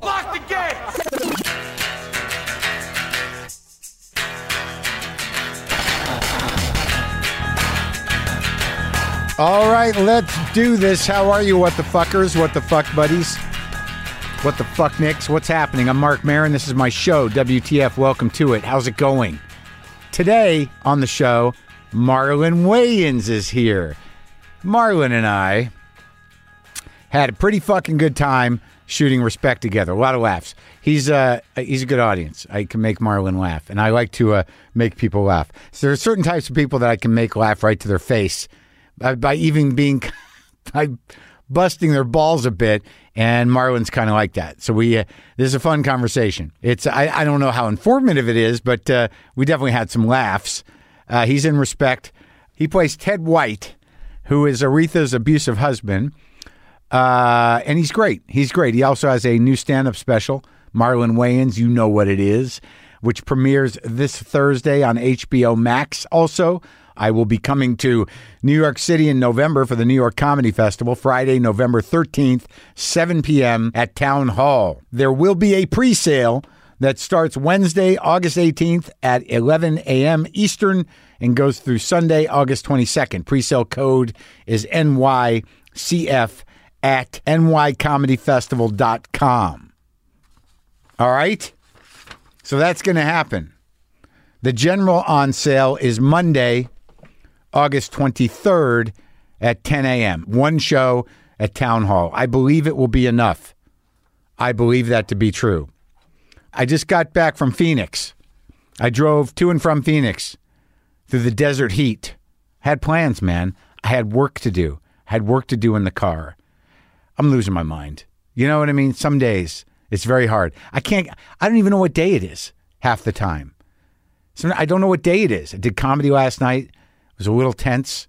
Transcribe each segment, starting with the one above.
the gate. All right, let's do this. How are you, what the fuckers? What the fuck, buddies? What the fuck, Nicks? What's happening? I'm Mark Marin. This is my show, WTF. Welcome to it. How's it going? Today on the show, Marlon Wayans is here. Marlon and I had a pretty fucking good time shooting respect together. A lot of laughs. He's uh he's a good audience. I can make Marlon laugh, and I like to uh, make people laugh. So there are certain types of people that I can make laugh right to their face by, by even being by busting their balls a bit. And Marlon's kind of like that. So we uh, this is a fun conversation. It's I, I don't know how informative it is, but uh, we definitely had some laughs. Uh, he's in respect. He plays Ted White, who is Aretha's abusive husband. Uh, and he's great. He's great. He also has a new stand up special, Marlon Wayans, You Know What It Is, which premieres this Thursday on HBO Max. Also, I will be coming to New York City in November for the New York Comedy Festival, Friday, November 13th, 7 p.m. at Town Hall. There will be a pre sale that starts Wednesday, August 18th at 11 a.m. Eastern and goes through Sunday, August 22nd. Presale code is NYCF at nycomedyfestival.com. All right? So that's going to happen. The general on sale is Monday, August 23rd at 10 a.m. One show at Town Hall. I believe it will be enough. I believe that to be true. I just got back from Phoenix. I drove to and from Phoenix through the desert heat. Had plans, man. I had work to do. had work to do in the car. I'm losing my mind. You know what I mean? Some days it's very hard. I can't, I don't even know what day it is half the time. So I don't know what day it is. I did comedy last night. It was a little tense.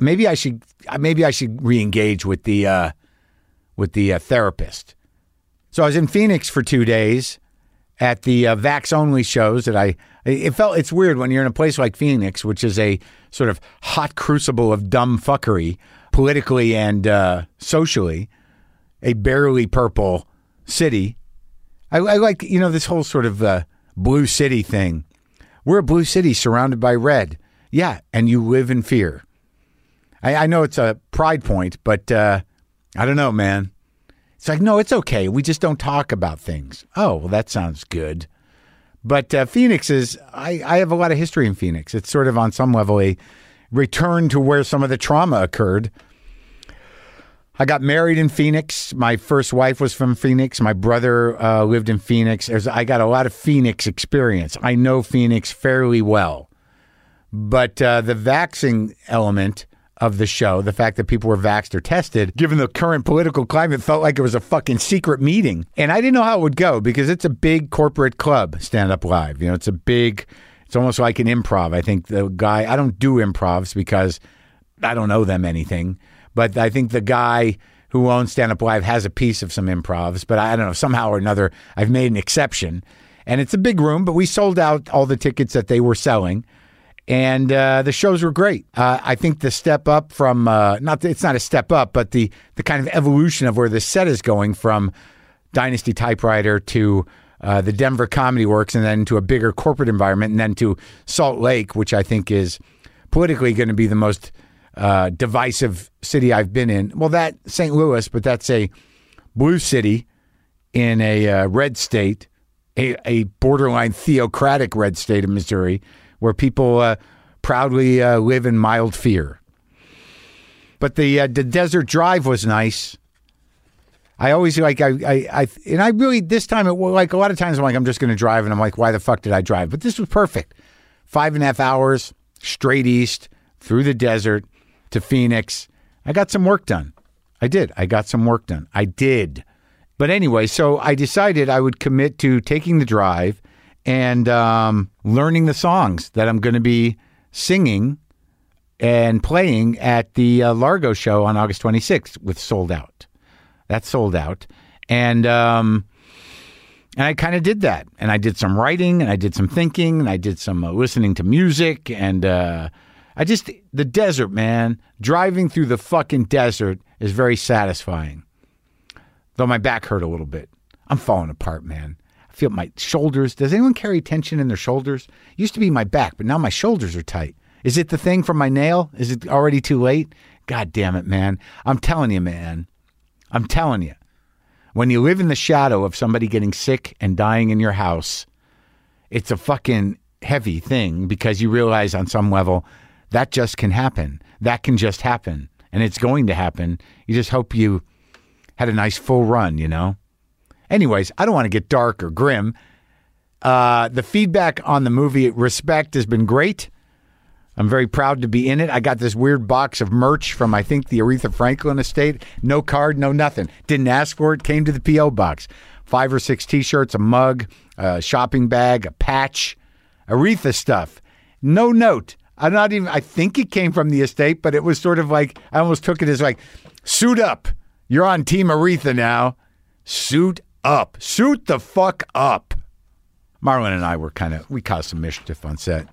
Maybe I should, maybe I should re-engage with the, uh, with the uh, therapist. So I was in Phoenix for two days at the uh, Vax Only shows that I. It felt it's weird when you're in a place like Phoenix, which is a sort of hot crucible of dumb fuckery, politically and uh, socially, a barely purple city. I, I like you know this whole sort of uh, blue city thing. We're a blue city surrounded by red. Yeah, and you live in fear. I, I know it's a pride point, but uh, I don't know, man. It's like, no, it's okay. We just don't talk about things. Oh, well, that sounds good. But uh, Phoenix is, I, I have a lot of history in Phoenix. It's sort of on some level a return to where some of the trauma occurred. I got married in Phoenix. My first wife was from Phoenix. My brother uh, lived in Phoenix. There's, I got a lot of Phoenix experience. I know Phoenix fairly well. But uh, the vaxing element of the show, the fact that people were vaxxed or tested, given the current political climate, felt like it was a fucking secret meeting. And I didn't know how it would go because it's a big corporate club, Stand Up Live. You know, it's a big, it's almost like an improv. I think the guy, I don't do improvs because I don't know them anything. But I think the guy who owns Stand Up Live has a piece of some improvs, but I don't know, somehow or another, I've made an exception. And it's a big room, but we sold out all the tickets that they were selling and uh, the shows were great. Uh, I think the step up from uh, not that it's not a step up, but the the kind of evolution of where the set is going from Dynasty Typewriter to uh, the Denver Comedy Works, and then to a bigger corporate environment, and then to Salt Lake, which I think is politically going to be the most uh, divisive city I've been in. Well, that St. Louis, but that's a blue city in a uh, red state, a, a borderline theocratic red state of Missouri, where people uh, proudly uh, live in mild fear. But the uh, the desert drive was nice. I always like I, I I and I really this time it wa- like a lot of times I'm like I'm just going to drive and I'm like why the fuck did I drive? But this was perfect. Five and a half hours straight east through the desert to Phoenix. I got some work done. I did. I got some work done. I did. But anyway, so I decided I would commit to taking the drive and um, learning the songs that I'm going to be singing and playing at the uh, Largo show on August 26th with Sold Out. That's sold out. And um, and I kind of did that. And I did some writing and I did some thinking and I did some uh, listening to music. And uh, I just, the desert, man, driving through the fucking desert is very satisfying. Though my back hurt a little bit. I'm falling apart, man. I feel my shoulders. Does anyone carry tension in their shoulders? Used to be my back, but now my shoulders are tight. Is it the thing from my nail? Is it already too late? God damn it, man. I'm telling you, man. I'm telling you. When you live in the shadow of somebody getting sick and dying in your house, it's a fucking heavy thing because you realize on some level that just can happen. That can just happen. And it's going to happen. You just hope you had a nice full run, you know? Anyways, I don't want to get dark or grim. Uh, the feedback on the movie Respect has been great. I'm very proud to be in it. I got this weird box of merch from, I think, the Aretha Franklin estate. No card, no nothing. Didn't ask for it, came to the P.O. box. Five or six t shirts, a mug, a shopping bag, a patch, Aretha stuff. No note. I'm not even, I think it came from the estate, but it was sort of like, I almost took it as like, suit up. You're on Team Aretha now. Suit up. Suit the fuck up. Marlon and I were kind of, we caused some mischief on set.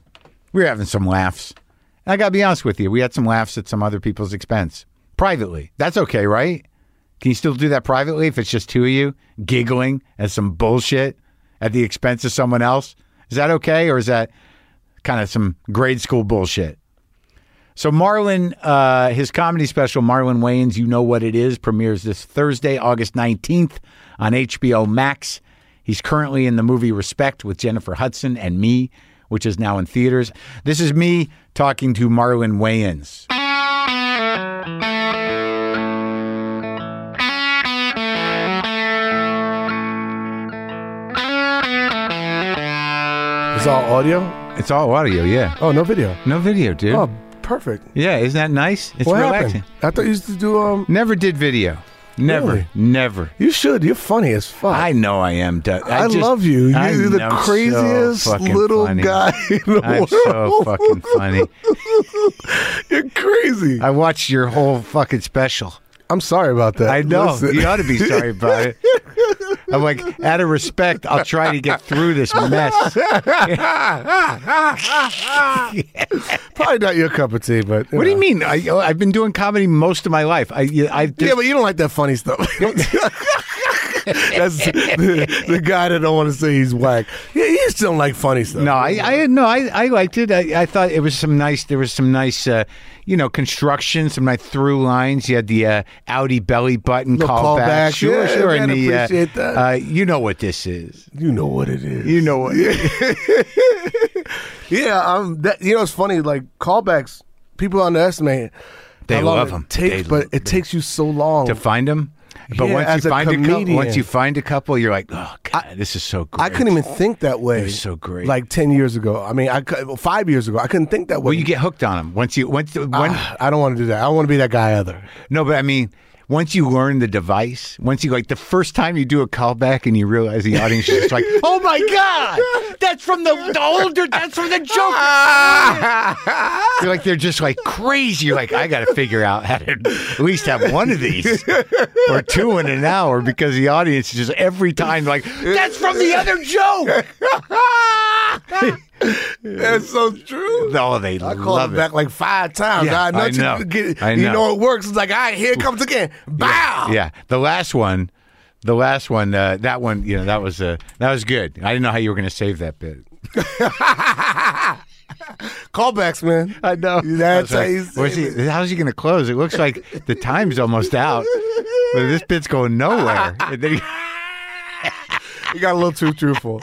We were having some laughs. And I got to be honest with you, we had some laughs at some other people's expense privately. That's okay, right? Can you still do that privately if it's just two of you giggling at some bullshit at the expense of someone else? Is that okay? Or is that kind of some grade school bullshit? So Marlon, uh, his comedy special, Marlon Wayans, You Know What It Is, premieres this Thursday, August 19th on HBO Max. He's currently in the movie Respect with Jennifer Hudson and me, which is now in theaters. This is me talking to Marlon Wayans. It's all audio. It's all audio, yeah. Oh, no video. No video, dude. Oh, perfect. Yeah, isn't that nice? It's what relaxing. happened? I thought you used to do um. Never did video. Never, Really? never. You should. You're funny as fuck. I know I am. Du- I just- love you. You're I'm- the I'm so craziest fucking little funny. guy in the I'm world. so fucking funny. You're crazy. I, I watched your whole fucking special. am sorry about that. I know. Listen. You ought to be sorry about it. I'm like, out of respect, I'll try to get through this mess. Probably not your cup of tea, but What do you know. mean? I, oh, I've been doing comedy most of my life. I, I just, Yeah, but you don't like that funny stuff. That's the, the guy that don't want to say he's whack. Yeah, you just don't like funny stuff. No, I, I no, I, I liked it. I, I thought it was some nice. There was some nice, uh, you know, construction, some nice through lines. You had the uh, Audi belly button Little callback. callbacks. Sure, Yeah, sure. man, and the, appreciate uh, that. Uh, you know what this is. you know what it is. know what. Yeah, um, that you know it's funny. Like callbacks, people underestimate. They how long love it 'em. Takes, They- but it takes you so long. to find them. But Yeah, once as you a find a, couple, comedian. once you find a couple, you're like, oh, God, this is so great. I couldn't even think that way. so great. Like ten years ago. I mean, I cou- well, five years ago. I couldn't think that way. Well, you get hooked on them once you once when, I don't want to do that. I don't want to be that guy either. No, but I mean, once you learn the device, once you like the first time you do a callback and you realize the audience is just like, oh my God, that's from the, the older, that's from the joke. You're like, they're just like crazy. You're like, I got to figure out how to at least have one of these or two in an hour because the audience is just every time like, that's from the other joke. That's so true. No, Oh, they I called love him it. back like five times. Yeah, I know, I you know. Get, I You know. know it works. It's like, all right, here it comes again. Bow. Yeah, the last one, the last one, uh, that one, you know, that was uh, that was good. I didn't know how you were going to save that bit. Callbacks, man. I know. That's how you Where's save he, how's he going to close? It looks like the time's almost out. But this bit's going nowhere. And then he- You got a little too truthful.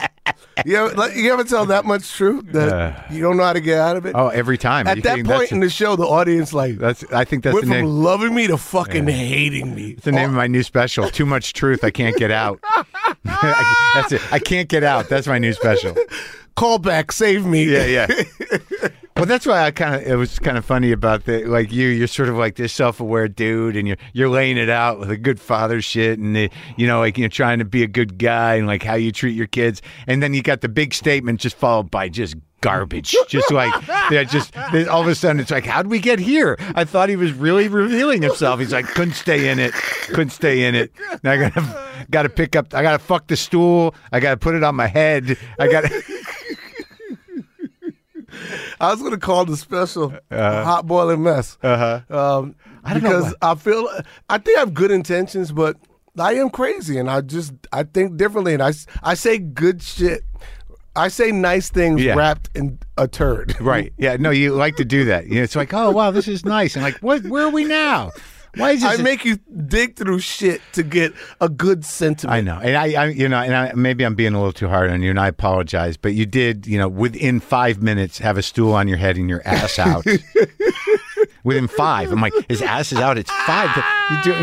You ever, like, you ever tell that much truth that you don't know how to get out of it? oh, every time. Are At you that kidding? point that's, in the show, the audience like that's. I think that's went the from name. loving me to fucking hating me. That's the name of my new special. Too much truth. I can't get out. I, that's it. I can't get out. That's my new special. Call back, save me. Yeah, yeah. well, that's why I kind of it was kind of funny about the like you. You're sort of like this self-aware dude, and you're you're laying it out with a good father shit, and the, you know, like you're trying to be a good guy, and like how you treat your kids, and then you got the big statement just followed by just garbage just like yeah just they- all of a sudden it's like how'd we get here i thought he was really revealing himself he's like couldn't stay in it couldn't stay in it now i gotta gotta pick up i gotta fuck the stool i gotta put it on my head i gotta I was gonna call the special hot boiling mess. Uh huh. Um, Uh-huh. I don't know because I feel I think I have good intentions, but I am crazy, and I just I think differently, and I s- I say good shit. I say nice things Yeah. wrapped in a turd. Right. Yeah. No, you like to do that. You know, it's like, oh wow, this is nice. And like, what? Where are we now? Why is this? I make you dig through shit to get a good sentiment. I know, and I, I, you know, and I, maybe I'm being a little too hard on you, and I apologize. But you did, you know, within five minutes, have a stool on your head and your ass out. within five, I'm like, his ass is out. It's five. You do,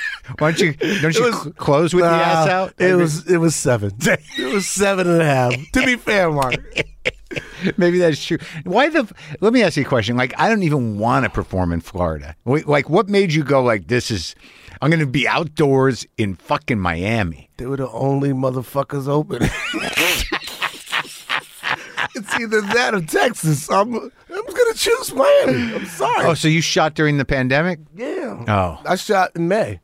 why don't you? Don't you was- cl- close with the ass Nah, out? It was it was seven. it was seven and a half. To be fair, Mark. Maybe that's true. Why the? Let me ask you a question. Like, I don't even want to perform in Florida. Wait, Like, what made you go? Like, this is. I'm going to be outdoors in fucking Miami. They were the only motherfuckers open. it's either that or Texas. I'm I'm gonna choose Miami. I'm sorry. Oh, so you shot during the pandemic? yeah. Oh. I shot in May.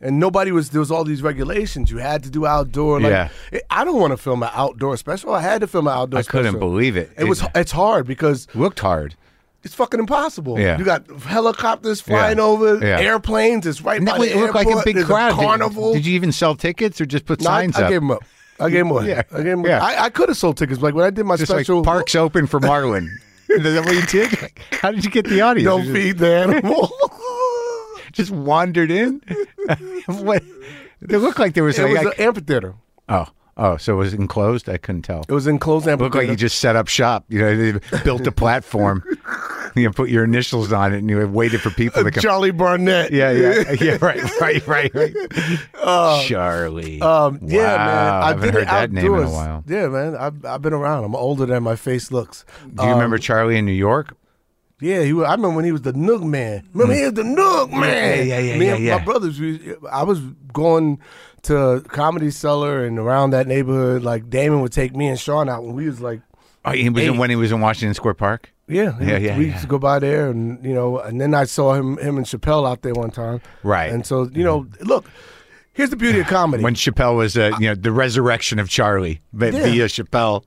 And nobody was. There was all these regulations. You had to do outdoor. Like, Yeah. it- I don't want to film an outdoor special. I had to film an outdoor. I couldn't special. believe it. It was. It's hard because looked hard. it's fucking impossible. Yeah. You got helicopters flying Yeah. over, Yeah. airplanes. It's right And by that the way it looked like a airport, big there's crowd. Did- carnival. Did, you even sell tickets or just put No, I- signs I, up? gave him up. I gave him away. Yeah. I gave him away. Yeah. I, I could have sold tickets. Like when I did my just special, like parks open for Marlin. Is that what you did? Like, How did you get the audience? don't You feed the animal. just, just wandered in. what? It looked like there was, it like, was I- an amphitheater. oh oh, so it was enclosed. I couldn't tell. It was enclosed looked amphitheater. like you just set up shop. You know, they built a platform. you know, put your initials on it, and you waited for people to come. Charlie Barnett. Yeah, yeah, yeah. Right, right, right, right. Oh. Charlie. Um, yeah, man. Wow, I haven't did heard it that name in a outdoors. while. Yeah, man. I've, I've been around. I'm older than my face looks. Do you remember Charlie in New York? Yeah, he. Was, I remember when he was the Nook man. Remember he was the Nook man. Mm. yeah, yeah, Me yeah, and yeah. My brothers. We, I was going to Comedy Cellar and around that neighborhood. Like Damon would take me and Sean out when we was like, Oh, he was in, when he was in Washington Square Park. yeah, Yeah, we- yeah, We yeah. used to go by there, and you know, and then I saw him, him and Chappelle out there one time. Right. And so you know, look, here's the beauty of comedy. When Chappelle was, uh, you know, the resurrection of Charlie but Yeah. via Chappelle.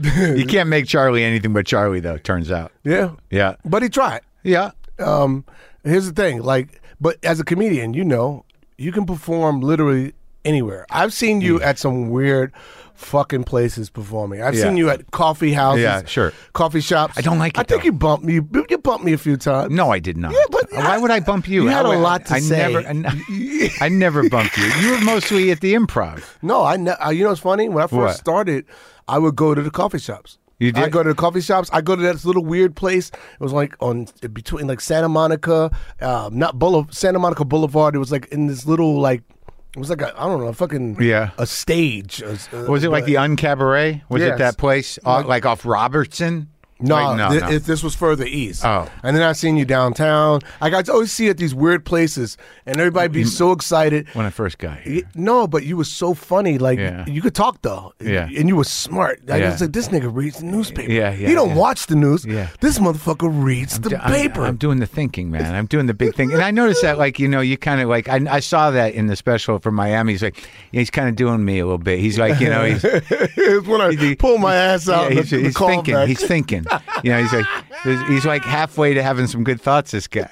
you can't make Charlie anything but Charlie, though. Turns out. yeah. Yeah. But he tried. Yeah. um, here's the thing like but as a comedian you know you can perform literally anywhere i've seen you at some weird fucking places performing i've Yeah. seen you at coffee houses Yeah, sure. coffee shops I don't like it, i think though. you bumped me you, you bumped me a few times No, I did not. Yeah, but Why would I bump you? you had I, a lot to I say. Never, I, n- I never bumped you. You were mostly at the improv. no i ne- uh, you know what's funny when i first What? started i would go to the coffee shops You I did? go to the coffee shops. I go to this little weird place. It was like on between like Santa Monica, um, not Boule- Santa Monica Boulevard. It was like in this little like it was like a I don't know a fucking Yeah. a stage. A, uh, Was it like the Uncabaret? Was Yes. it that place? Uh, like off Robertson? No, Like, thi- If this was further east. Oh. And then I seen you downtown. I got to always see you at these weird places, and everybody be so excited. When I first got here. Y- No, but you was so funny. Like Yeah. you could talk though. Yeah. And you were smart. Like, Yeah. it's like this nigga reads the newspaper. Yeah, yeah, He don't yeah. watch the news. Yeah. This motherfucker reads the I'm- paper. I'm, doing the thinking, man. I'm doing the big thing. And I noticed that, like, you know, you kind of like, I, I saw that in the special from Miami. He's like, he's kind of doing me a little bit. He's like, you know, he's, it's when I pull my ass yeah, out. the, he's, the he's call thinking, back. he's thinking. You know, he's like, he's- he's like halfway to having some good thoughts, this guy.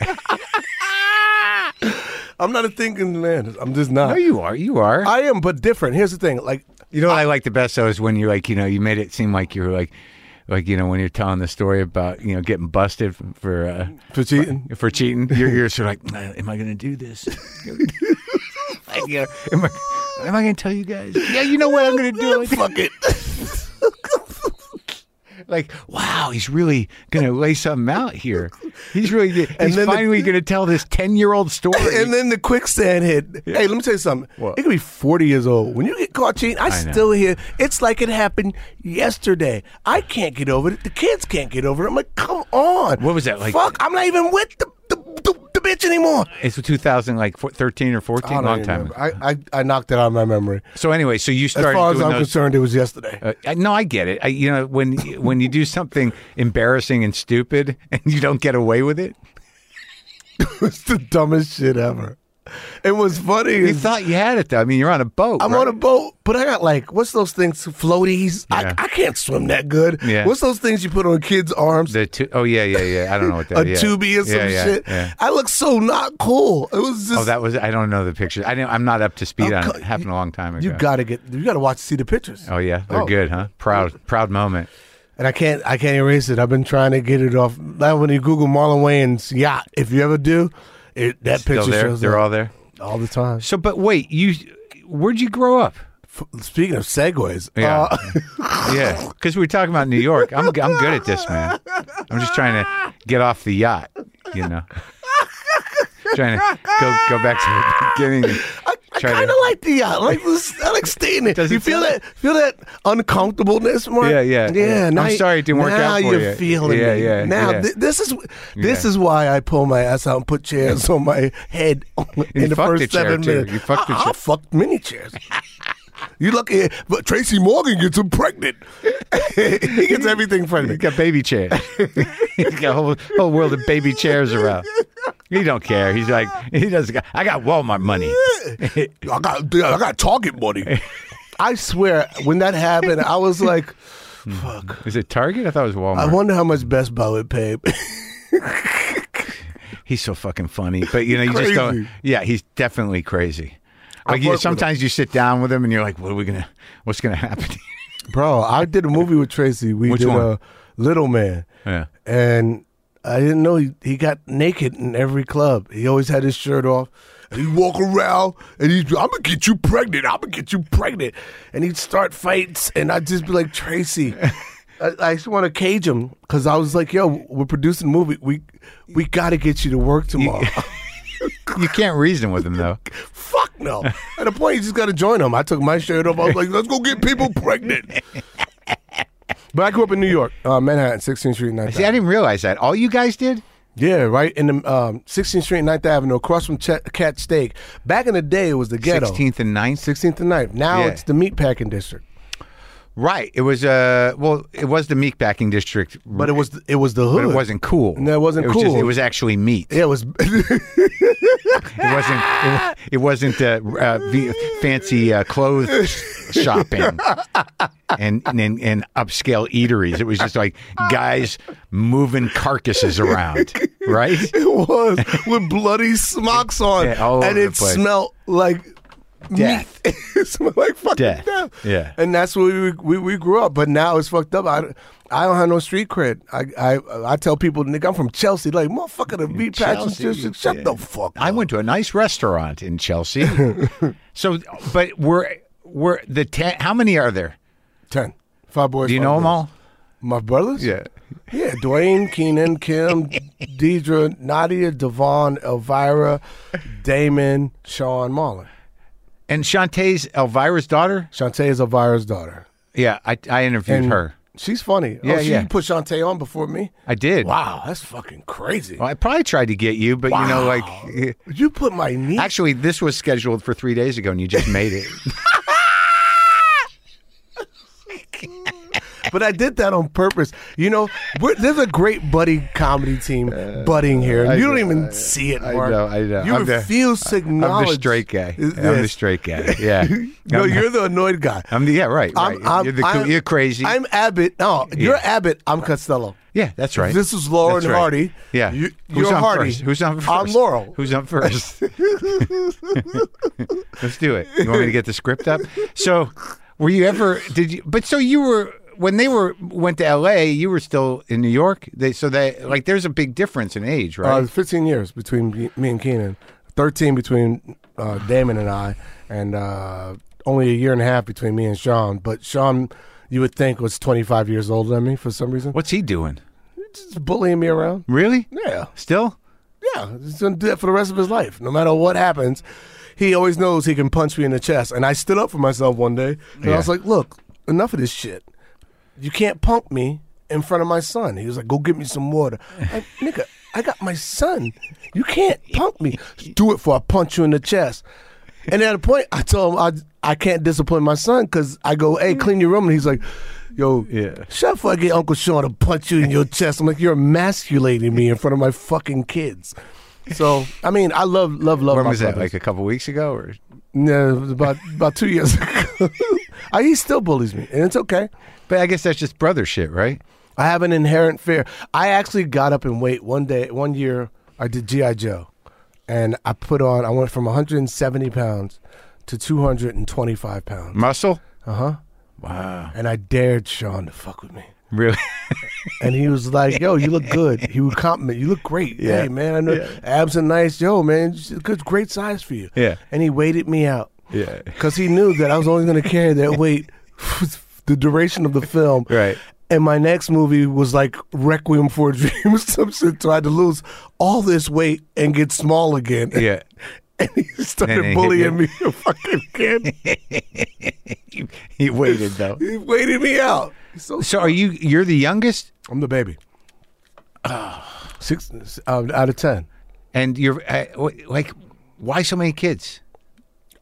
I'm not a thinking man. I'm just not. No, Oh, you are. You are. I am, but different. Here's the thing. Like You know what I, like the best though is when you like you know you made it seem like you were like like you know when you're telling the story about you know getting busted f- for uh, for cheating. for cheating. You're you're sort of like, am I going to do this? Like, you know, am I, am I going to tell you guys? Yeah, you know what I'm going to do. Fuck it. Like, wow, he's really going to lay something out here. He's really he's then the- finally going to tell this ten year old story. And then the quicksand hit. Hey, let me tell you something. What? It could be 40 years old. When you get caught cheating, I, know. still hear it's like it happened yesterday. I can't get over it. The kids can't get over it. I'm like, come on. What was that, like- Fuck, I'm not even with the, the, the, the bitch anymore. it's 2000 like four- 13 or 14, long time. ago. I, I, I knocked it out of my memory. So anyway, so you As started far as doing I'm those- concerned, it was yesterday. Uh, I- no, I get it. I, you know, when when you do something embarrassing and stupid and you don't get away with it, it's the dumbest shit ever. It was funny. You thought you had it though. I mean, you're on a boat. I'm right? on a boat, but I got like what's those things? Floaties. Yeah. I, I can't swim that good. Yeah. What's those things you put on kids' arms? The tu- oh yeah yeah yeah. I don't know what that. a yeah. tubie or some Yeah, yeah, shit. yeah. I look so not cool. It was just Oh, that was. I don't know the picture. I didn't, I'm not up to speed Oh, on co- it. Happened a long time ago. you gotta get you gotta watch see the pictures. oh yeah, they're Oh. good, huh? Proud proud moment. And I can't I can't erase it. I've been trying to get it off. Like when you Google Marlon Wayans yacht, if you ever do, it, that Still picture there. shows They're up all there. all the time. So, but wait, you where'd you grow up? F- speaking of segues, Yeah. Mm-hmm. uh, Yeah, because we were talking about New York. I'm I'm good at this, man. I'm just trying to get off the yacht, you know. trying to go go back to the beginning. I, I Try to- kind of like the yacht. I like this, I like staying there. Does You it feel feel- that feel that uncomfortableness, Mark? Yeah, yeah, yeah. yeah. I'm Now, sorry it didn't work now out for you're you. feeling Yeah, me. yeah, Now yeah. thi- this is this is why I pull my ass out and put chairs on my head in the fucked first a chair, seven too. minutes. You fucked a I, I chair. fucked many chairs. You lucky, but Tracy Morgan gets him pregnant. he gets everything He's pregnant. got baby chairs. He's got a whole whole world of baby chairs around. He don't care. He's like he doesn't. Got, I got Walmart money. I got I got Target money. I swear, when that happened, I was like, Hmm. "Fuck." Is it Target? I thought it was Walmart. I wonder how much Best Buy would pay. he's so fucking funny, but you know you Crazy. just don't. Yeah, he's definitely crazy. Like worked you, with sometimes you sit down with him and you're like, what are we gonna? What's gonna happen? Bro, I did a movie with Tracy. We Which did one? a Little Man. Yeah. And I didn't know he, he got naked in every club. He always had his shirt off. And he'd walk around and he'd I'm gonna get you pregnant. I'm gonna get you pregnant. And he'd start fights and I'd just be like, Tracy. I, I just want to cage him because I was like, "Yo, we're producing a movie. We we got to get you to work tomorrow." you can't reason with him though. Fuck no. At a point, you just got to join them. I took my shirt off. I was like, let's go get people pregnant. But I grew up in New York, uh, Manhattan, 16th Street, 9th See, I Avenue. didn't realize that. All you guys did? Yeah, right in the um, 16th Street, 9th Avenue, across from Ch- Cat Steak. Back in the day, it was the ghetto. 16th, 16th and 9th? and 9th. Now Yeah. it's the meatpacking district. Right. It was uh well, it was the meat packing district, But it was it was the but hood. it wasn't cool. No, it wasn't it was cool. it was actually meat. Yeah, it was. It wasn't. It, wa- it wasn't uh, uh, v- fancy uh, clothes shopping and, and and upscale eateries. It was just like guys moving carcasses around, right? It was with bloody smocks on, Yeah, all and over the it place. smelled like Death. meat. it smelled like fucking Death. death. Yeah. and that's where we, we we grew up. But now it's fucked up. I, I don't have no street cred. I I, I tell people, nigga, I'm from Chelsea. Like motherfucker, the meat patches Chelsea, district. Shut yeah. the fuck. I up. went to a nice restaurant in Chelsea. so, but we're we're the ten. How many are there? ten. Five boys. Do you five know them girls. all? My brothers? Yeah. Yeah, Dwayne, Keenan, Kim, Deidre, Nadia, Devon, Elvira, Damon, Sean, Marlon. And Shantae's Elvira's daughter. Shantae is Elvira's daughter. Yeah, I I interviewed And her. Mm. She's funny. Yeah, oh, she yeah. put Shantae on before me. I did. Wow, that's fucking crazy. Well, I probably tried to get you, but you know, like. eh, You put my niece. Actually, this was scheduled for three days ago, and you just made it. but I did that on purpose. You know, we're, there's a great buddy comedy team budding here. and Uh, I you don't know, even I- see it, I Mark. know, I know. You I'm the- refuse to I'm acknowledge. the straight guy. this. I'm the straight guy. Yeah. No, you're the annoyed guy. I'm the yeah right. right. you're, the, I'm- you're crazy. I'm Abbott. No, you're Abbott. I'm Costello. yeah, that's right. This is Laurel That's and right. Hardy. Yeah. You, Who's you're on Hardy. first? Who's on first? I'm Laurel. Who's on first? Let's do it. You want me to get the script up? So, were you ever? Did you? But so you were when they were went to L.A. You were still in New York. They so they like there's a big difference in age, right? Uh, 15 years between me- me and Keenan, 13 between uh, Damon and I, and uh, only a year and a half between me and Sean. But Sean, you would think, was 25 years older than me for some reason. What's he doing? Just bullying me around. Really? Yeah, Still? yeah. He's going to do that for the rest of his life. No matter what happens, he always knows he can punch me in the chest. And I stood up for myself one day, and Yeah. I was like, look, enough of this shit. You can't punk me in front of my son. He was like, go get me some water. Like, nigga, I got my son. You can't punk me. Do it for I punch you in the chest. And at a point, I told him I, I can't discipline my son because I go, hey, clean your room. And he's like, yo, Mm. Yeah. shut up before I get Uncle Sean to punch you in your chest. I'm like, you're emasculating me in front of my fucking kids. So I mean, I love love love. When my was that? brothers. Like a couple weeks ago, or No, it was about about two years ago. I, he still bullies me, and it's okay. but I guess that's just brother shit, right? I have an inherent fear. I actually got up in weight one day, one year. I did GI Joe, and I put on. I went from 170 pounds to 225 pounds, Muscle. uh huh. Wow. And I dared Sean to fuck with me, Really? and he was like, "Yo, you look good." He would compliment, "You look great, Yeah. hey man. I know abs are nice, yo man. it's a Good, great size for you." Yeah. and he weighted me out. yeah. because he knew that I was only going to carry that weight the duration of the film. Right. And my next movie was like Requiem for a Dream or some shit. So I had to lose all this weight and get small again. Yeah. And he started And he hit bullying you. me a fucking kid. He, he waited though. he waited me out. He's So So are you? You're the youngest, I'm the baby. Ah. Six um, out of ten. and you're uh, wh- like, why so many kids?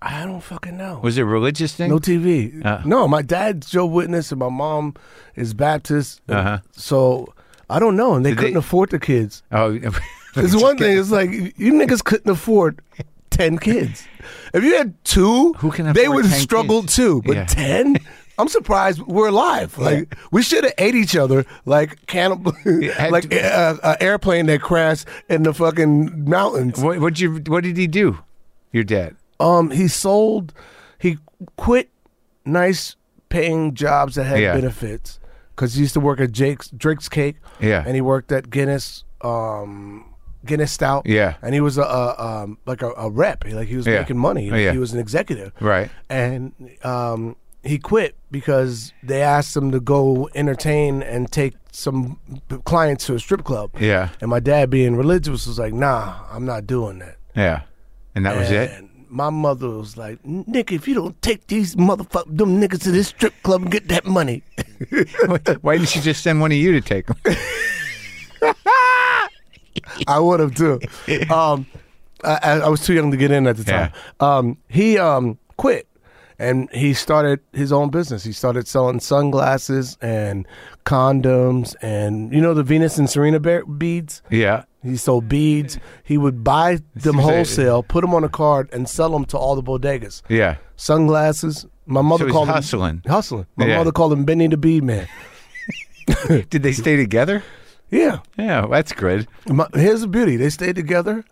I don't fucking know. Was it a religious thing? No TV. Uh. no, my dad's Joe Witness and my mom is Baptist. Uh-huh. So I don't know. And they Did couldn't they- afford the kids. oh, It's one thing. It's like you niggas couldn't afford ten kids. If you had two, Who can they afford 10 would struggle kids? too. But Yeah. ten, I'm surprised we're alive. Like we should have ate each other like cannibal, had like to- a, a, a airplane that crashed in the fucking mountains. What what'd you? What did he do? Your dad. Um, he sold, he quit nice paying jobs that had Yeah. benefits because he used to work at Jake's Drake's Cake. Yeah. and he worked at Guinness, um, Guinness Stout. Yeah. and he was a, a um like a, a rep. He- Like he was Yeah. making money. Oh, yeah. He was an executive. Right. and um. He quit because they asked him to go entertain and take some clients to a strip club. Yeah. And my dad, being religious, was like, "Nah, I'm not doing that." Yeah. And that was it. And my mother was like, "Nigga, if you don't take these motherfuck them niggas to this strip club and get that money, Why didn't she just send one of you to take him? I would have too." Um, I, I I was too young to get in at the time. Um, he um quit, and he started his own business. He started selling sunglasses and condoms, and you know the Venus and Serena bear- beads. Yeah. He sold beads. He would buy them Seems like- wholesale, put them on a card, and sell them to all the bodegas. Yeah. sunglasses. My mother So he's called hustling. him hustling. My Yeah. mother called him Benny the Bee Man. Did they stay together? Yeah, Yeah, well, that's good. My, here's the beauty: they stayed together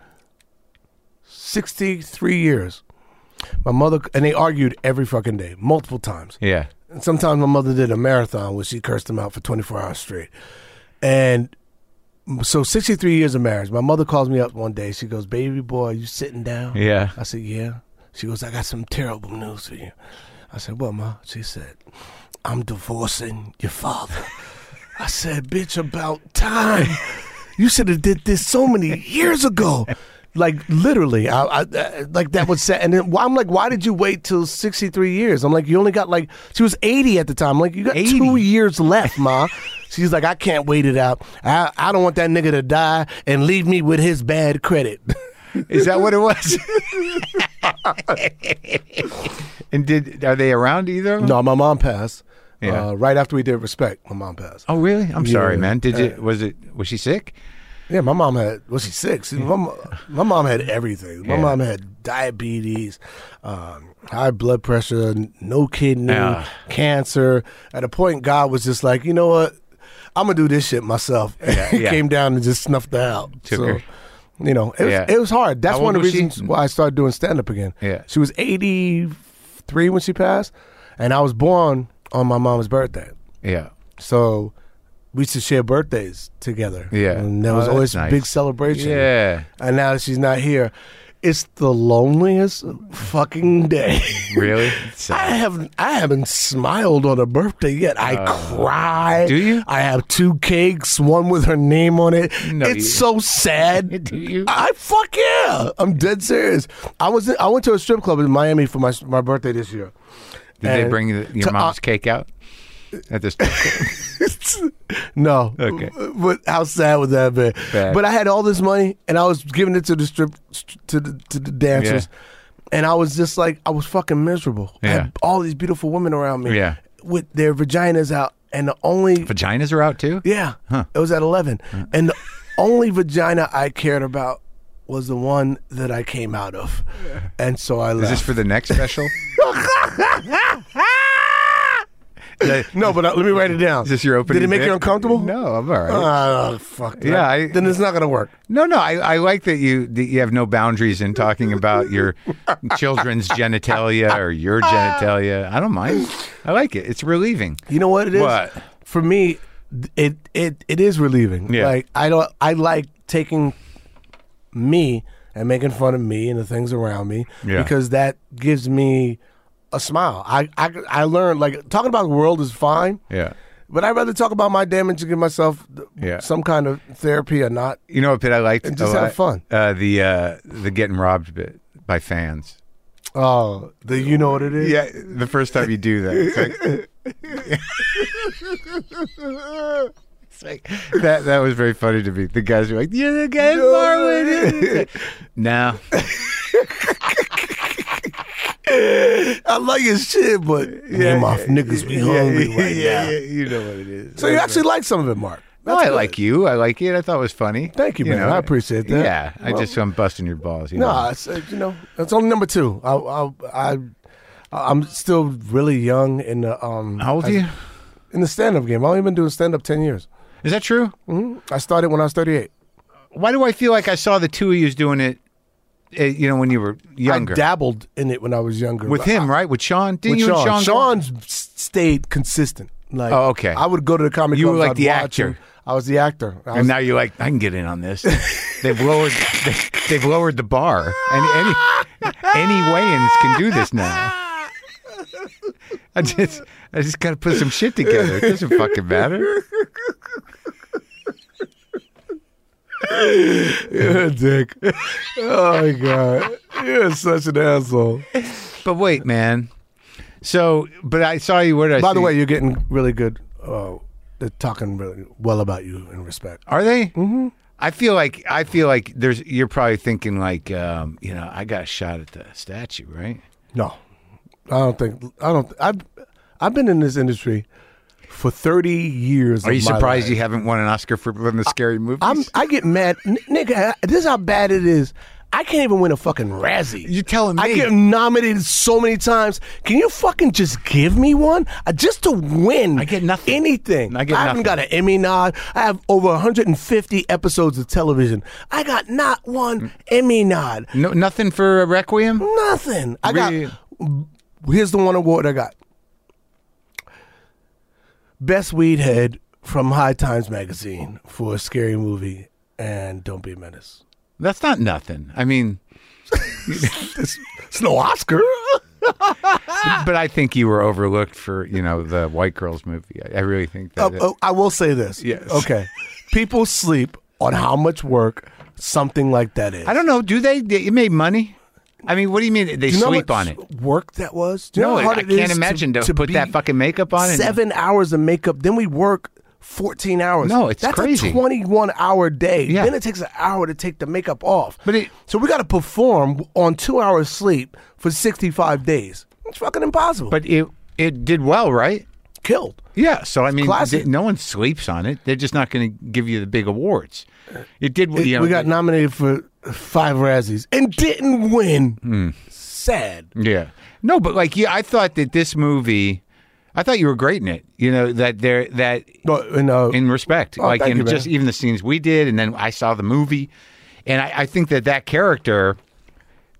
sixty-three years. My mother and they argued every fucking day, multiple times. Yeah. And sometimes my mother did a marathon where she cursed him out for 24 hours straight. And so 63 years of marriage. My mother calls me up one day. She goes, "Baby boy, you sitting down?" Yeah. I said, "Yeah." She goes, "I got some terrible news for you." I said, "What, ma?" She said, "I'm divorcing your father." I said, "Bitch, about time. You should have did this so many years ago." Like literally, I, I, I like that was sad. And then why- I'm like, why did you wait till 63 years? I'm like, you only got like she was 80 at the time. I'm like you got 80? two years left, ma. She's like, I can't wait it out. I I don't want that nigga to die and leave me with his bad credit. Is that what it was? and did are they around either? of them? No, my mom passed. Uh-huh. Yeah. Uh, right after we did respect, my mom passed. Oh, really? I'm Yeah. Uh. sorry, man. Did you? Was it? Was she sick? Yeah, my mom had. Was she six? My, mo- my mom had everything. My Yeah. mom had diabetes, um, high blood pressure, n- no kidney, Ah. cancer. At a point, God was just like, you know what? I'm gonna do this shit myself. Yeah, he yeah. came down and just snuffed her out. Took so, her. you know, it was, Yeah. it was hard. That's How old one of the was she? reasons why I started doing stand up again. Yeah. she was 83 when she passed, and I was born on my mom's birthday. Yeah. So we used to share birthdays together. Yeah. And there Oh, was that's always a nice. big celebration. Yeah. And now that she's not here, it's the loneliest fucking day. Really? I So- have I haven't smiled on a birthday yet. I cry. Uh, do you? I have two cakes, one with her name on it. No, it's you- so sad. Do you? I fuck yeah. I'm dead serious. I was I went to a strip club in Miami for my my birthday this year. Did they and bring the, your to- uh, mom's cake out at this? no. Okay. But how sad would that be? Bad. But I had all this money, and I was giving it to the strip to the to the dancers, and I was just like, I was fucking miserable. I Yeah. had all these beautiful women around me, Yeah. with their vaginas out, and the only Vaginas are out too. yeah, it was at eleven, and the only vagina I cared about was the one that I came out of, and so I Is left. this for the next special? no, but uh, let me write it down. Is this your opening? Did it make you bit? uncomfortable? No, I'm all right. Ah, fuck. that. Yeah, I- then it's not gonna work. No, no, I, I like that you that you have no boundaries in talking about your children's genitalia or your genitalia. I don't mind. I like it. It's relieving. You know what it is? What? For me, th- it it it is relieving. Yeah. Like I don't I like taking me and making fun of me and the things around me Yeah. because that gives me a smile. I I I learned like talking about the world is fine. Yeah. But I'd rather talk about my damage and give myself th- Yeah. some kind of therapy or not. You know what bit I liked? And just have fun. Uh, the uh, the getting robbed bit by fans. Oh, the you know what it is? Yeah, the first time you do that, it's like, It's like- that that was very funny to me. The guys were like, "You're the guy Marlon." It's like, no, I like his shit, but me and my niggas be hungry right now. you know what it is. So you actually like some of it, Mark. No, I like you. I like it. I thought it was funny. Thank you, man. I appreciate that. Yeah, I just I'm busting your balls. You No, know? it's, uh, you know, it's only number two. I, I, I, I'm still really young in the um. How old are I- you? In the stand-up game, I've only been doing stand-up ten years. Is that true? hmm I started when I was 38. Why do I feel like I saw the two of you doing it? eh, You know, when you were younger I dabbled in it when I was younger. with but I- him, right? With Sean? Didn't with you Sean. and Sean? go- Sean's stayed consistent. Like, Oh, okay. I would go to the comedy. You were clubs, like I'd the watch actor. him. I was the actor. I was, And now you're like, I can get in on this. they've lowered, they, they've lowered the bar, and any any weigh-ins can do this now. I just, I just gotta put some shit together. It doesn't fucking matter. you're a dick. oh my god, you're such an asshole. But wait, man. So, but I saw you. Where did I? By the see- way, you're getting really good. Uh, they're talking really well about you in respect. Are they? Mm-hmm. I feel like I feel like there's. You're probably thinking like, um, you know, I got a shot at the statue, right? No, I don't think. I don't. I've I've been in this industry for thirty years. Are you surprised you haven't won an Oscar for one of the scary movies? I'm. I get mad, N- nigga. This is how bad it is. I can't even win a fucking Razzie. You're telling me. I get nominated so many times. Can you fucking just give me one? Uh, just to win. I get nothing. Anything. I get nothing. haven't got an Emmy nod. I have over 150 episodes of television. I got not one Mm. Emmy nod. no, nothing for a Requiem. Nothing. I Really? got. Here's the one award I got. Best weed head from High Times magazine for a scary movie and Don't Be a Menace. That's not nothing. I mean, It's, it's no Oscar. but I think you were overlooked for you know the white girls movie. I, I really think that. Oh, oh, I will say this. Yes. Okay. People sleep on how much work something like that is. I don't know. Do they? They it made money. I mean, what do you mean they Do you know sleep what on it? s- Work that was. Do you No, know how hard I it can't is imagine to, to put be that fucking makeup on. and- seven hours of makeup. Then we work fourteen hours. No, it's that's crazy. a twenty-one hour day. Yeah. Then it takes an hour to take the makeup off. But it- so we got to perform on two hours sleep for sixty-five days. It's fucking impossible. but it it did well, right? killed. Yeah. So I mean, classic. th- no one sleeps on it. They're just not going to give you the big awards. It did. you know, we got nominated for five Razzies and didn't win. Hmm. Sad. Yeah. No, but like, yeah, I thought that this movie, I thought you were great in it. You know that there that But and, uh, in respect, Oh, like thank in you, man. just even the scenes we did, and then I saw the movie, and I, I think that that character,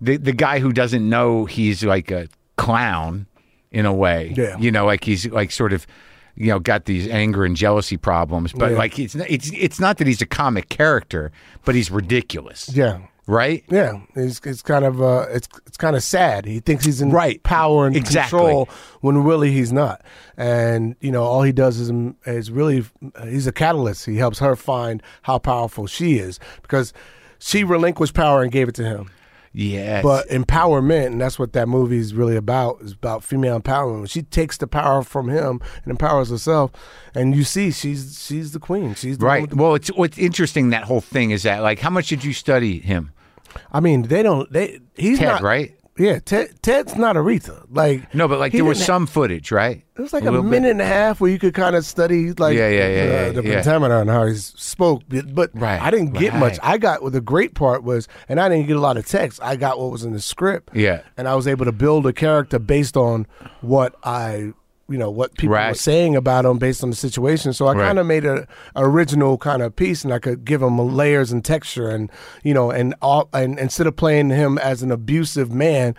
the the guy who doesn't know he's like a clown, in a way, Yeah. you know, like he's like sort of. You know, got these anger and jealousy problems, but Yeah. like it's not- it's it's not that he's a comic character, but he's ridiculous, yeah. right? Yeah, it's, it's kind of uh, it's it's kind of sad. He thinks he's in Right. power and Exactly. control when really he's not. And you know, all he does is is really he's a catalyst. He helps her find how powerful she is because she relinquished power and gave it to him. Yes, But empowerment, and that's what that movie is really about, is about female empowerment. When she takes the power from him and empowers herself, and you see she's she's the queen. She's the one with Right. Well, it's what's interesting that whole thing is that like how much did you study him? I mean, they don't. They he's Ted, not right? Yeah, Ted, Ted's not Aretha. Like No, but like he there was didn't- some footage, right? It was like A a, little bit. minute and a half where you could kind of study like Yeah, yeah, yeah, uh, yeah, the yeah. pentameter and how he s- spoke. But but Right, I didn't get much. right. I got what the great part was, and I didn't get a lot of text. I got what was in the script. Yeah. and I was able to build a character based on what I. You know what people were Right. saying about him based on the situation, so I Right. kind of made a a original kind of piece, and I could give him layers and texture, and you know, and all, and instead of playing him as an abusive man,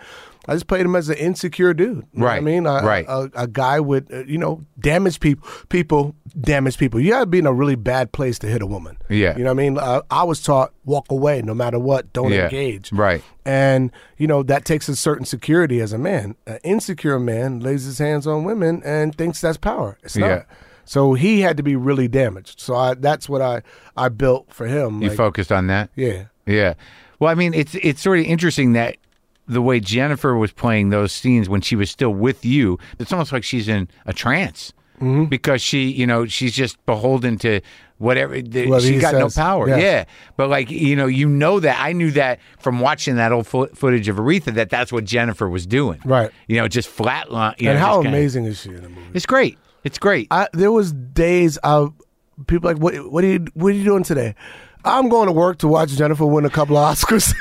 I just played him as an insecure dude. You know what Right, I mean, I- right. a, a guy would, uh, you know, damage people. People damage people. You got to be in a really bad place to hit a woman. Yeah. You know what I mean? Uh, I was taught walk away no matter what. Don't Yeah, engage. right. And you know that takes a certain security as a man. An insecure man lays his hands on women and thinks that's power. It's not. Yeah. So he had to be really damaged. So I, that's what I I built for him. You like, focused on that? yeah. Yeah. Well, I mean, it's it's sort of interesting that the way Jennifer was playing those scenes when she was still with you, it's almost like she's in a trance Mm-hmm. because she, you know, she's just beholden to whatever. The, What she he got no says. power. Yes. Yeah. But like, you know, you know that I knew that from watching that old fo- footage of Aretha that that's what Jennifer was doing. Right. You know, just flat line. you and know, how just kinda- amazing is she in the movie? It's great. It's great. I there was days I people like what what are you what are you doing today? I'm going to work to watch Jennifer win a couple of Oscars.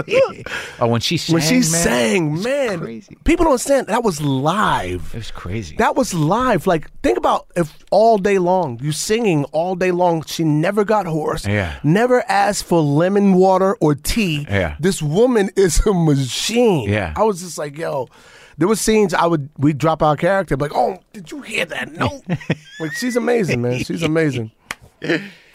oh, when she sang, when she man, sang, man, crazy. people don't understand that was live. it was crazy. That was live. Like, think about if all day long, you singing all day long. She never got hoarse. Yeah. Never asked for lemon water or tea. Yeah. This woman is a machine. Yeah. I was just like, yo. There were scenes I would we would drop our character like, oh, did you hear that? No. like she's amazing, man. She's amazing.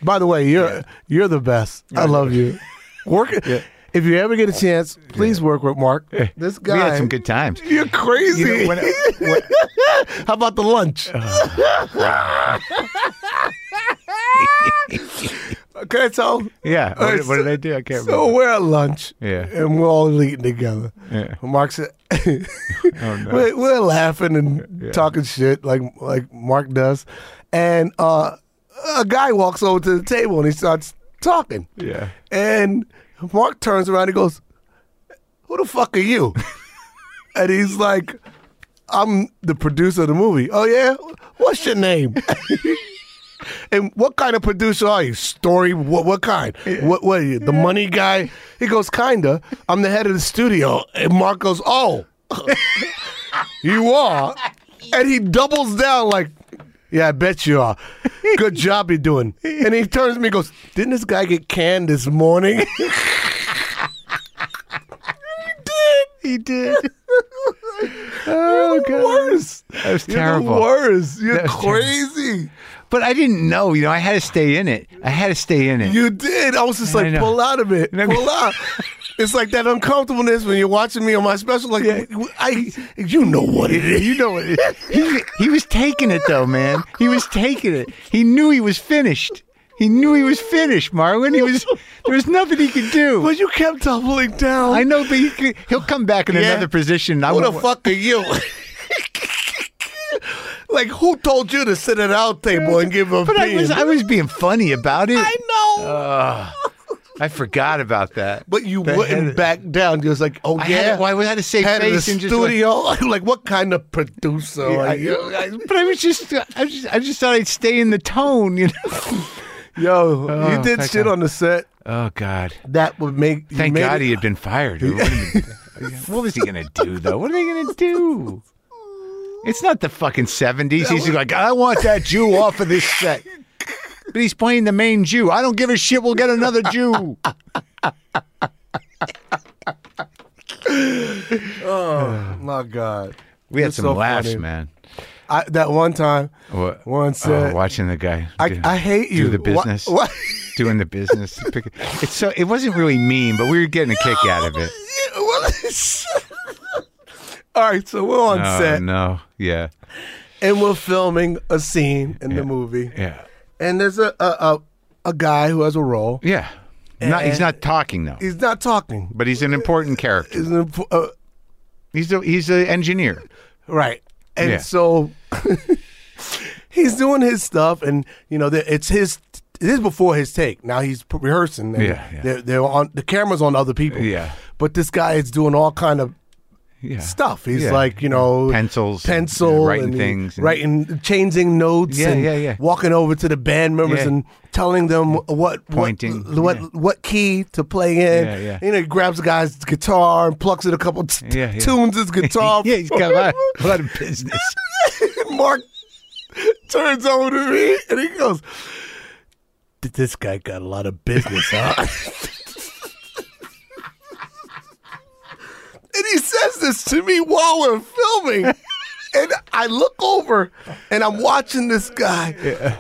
By the way, you're you're the best. I love you. Work if you ever get a chance, please work with Mark. This guy we had some good times. You're crazy. You know, when- How about the lunch? Can I tell? Yeah. What, All right, did- what so- did I do? I can't So remember. we're at lunch, Yeah. and we're all eating together. Yeah. Oh, Mark said, we're, we're laughing and talking shit like like Mark does, and uh, a guy walks over to the table and he starts talking. Yeah. And Mark turns around and goes, Who the fuck are you? and he's like, I'm the producer of the movie. Oh, yeah? What's your name? and what kind of producer are you? Story? What, what kind? What, what are you? The money guy? He goes, Kinda. I'm the head of the studio. And Mark goes, Oh, you are. And he doubles down like, yeah, I bet you are. Good job you're doing. And he turns to me and goes, Didn't this guy get canned this morning? he did. He did. Oh, God. Worse. That was You're terrible. the worst. You're was terrible. crazy. But I didn't know. You know, I had to stay in it. I had to stay in it. You did. I was just I like, know. pull out of it. I mean- Pull out. It's like that uncomfortableness when you're watching me on my special. Like, I, you know what it is. You know what? it- He, he was taking it though, man. He was taking it. He knew he was finished. He knew he was finished, Marwin. He was. There was nothing he could do. But you kept doubling down. I know, but he could, he'll come back in Yeah. another position. I Who the won't- fuck are you? like, who told you to sit at our table and give a But I was. I was being funny about it. I know. I forgot about that. but you the wouldn't head- back down. You was like, oh, I yeah. had, why would I had to save Head of the face and just like- studio? Like, what kind of producer I- are you? I- but I was just I, was just, I just thought I'd stay in the tone, you know. Yo, Oh, you did thank shit God. on the set Oh God! that would make. you Thank made God it- he had been fired. It would've been- what was he gonna do though? What are they gonna do? It's not the fucking seventies. He's like, I want that Jew off of this set. But he's playing the main Jew. I don't give a shit. We'll get another Jew. Oh, my God. We had It's some so laughs, funny. man. I, that one time, What? one Oh, set. watching the guy. I, do- I hate you. Do the Wha- business. what? Doing the business. Pick- It's so. It wasn't really mean, but we were getting a kick out of it. Yeah, well, All right, so we're on Oh set no! Yeah. and we're filming a scene in the movie, Yeah. and there's a a, a, a guy who has a role. Yeah. Not, he's And- not talking though, He's not talking. but he's an important character. He's an, imp- uh, He's a, he's an engineer. right, and Yeah. so he's doing his stuff, and you know, the- it's his. It is before his take. Now he's p- rehearsing. And Yeah, yeah. They're, they're on the cameras on other people. Yeah. but this guy is doing all kind of Yeah. stuff. He's Yeah. like, you know, Pencils, pencil, yeah, writing and he- things and- writing, changing notes, Yeah, and yeah, yeah. walking over to the band members Yeah. and telling them what Pointing, what what, yeah. what key to play in. Yeah, yeah. You know, he grabs the guy's guitar and plucks it a couple t- Yeah, yeah. tunes his guitar. yeah, he's got a lot, a lot of business. Mark turns over to me and he goes, "Th- "This guy got a lot of business, huh?" and he says this to me while we're filming, and I look over and I'm watching this guy,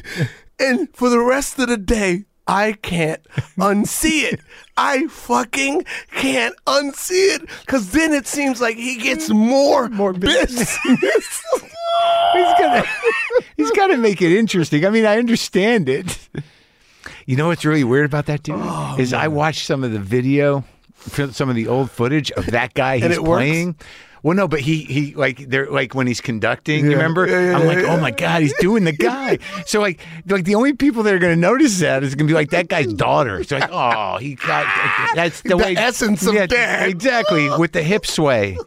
and for the rest of the day. I can't unsee it. I fucking can't unsee it. Cause then it seems like he gets more, More business. business. He's gonna he's gotta make it interesting. I mean, I understand it. Oh, You know what's really weird about that dude is I watched some of the video, some of the old footage of that guy he's it works? playing. Well, no, but he he like they're like when he's conducting. You Yeah. remember? Yeah, yeah, I'm yeah, like, yeah. oh my god, he's doing the guy. so like like the only people that are gonna notice that is gonna be like that guy's daughter. It's like oh he got that's the, The way essence of dad. exactly with the hip sway.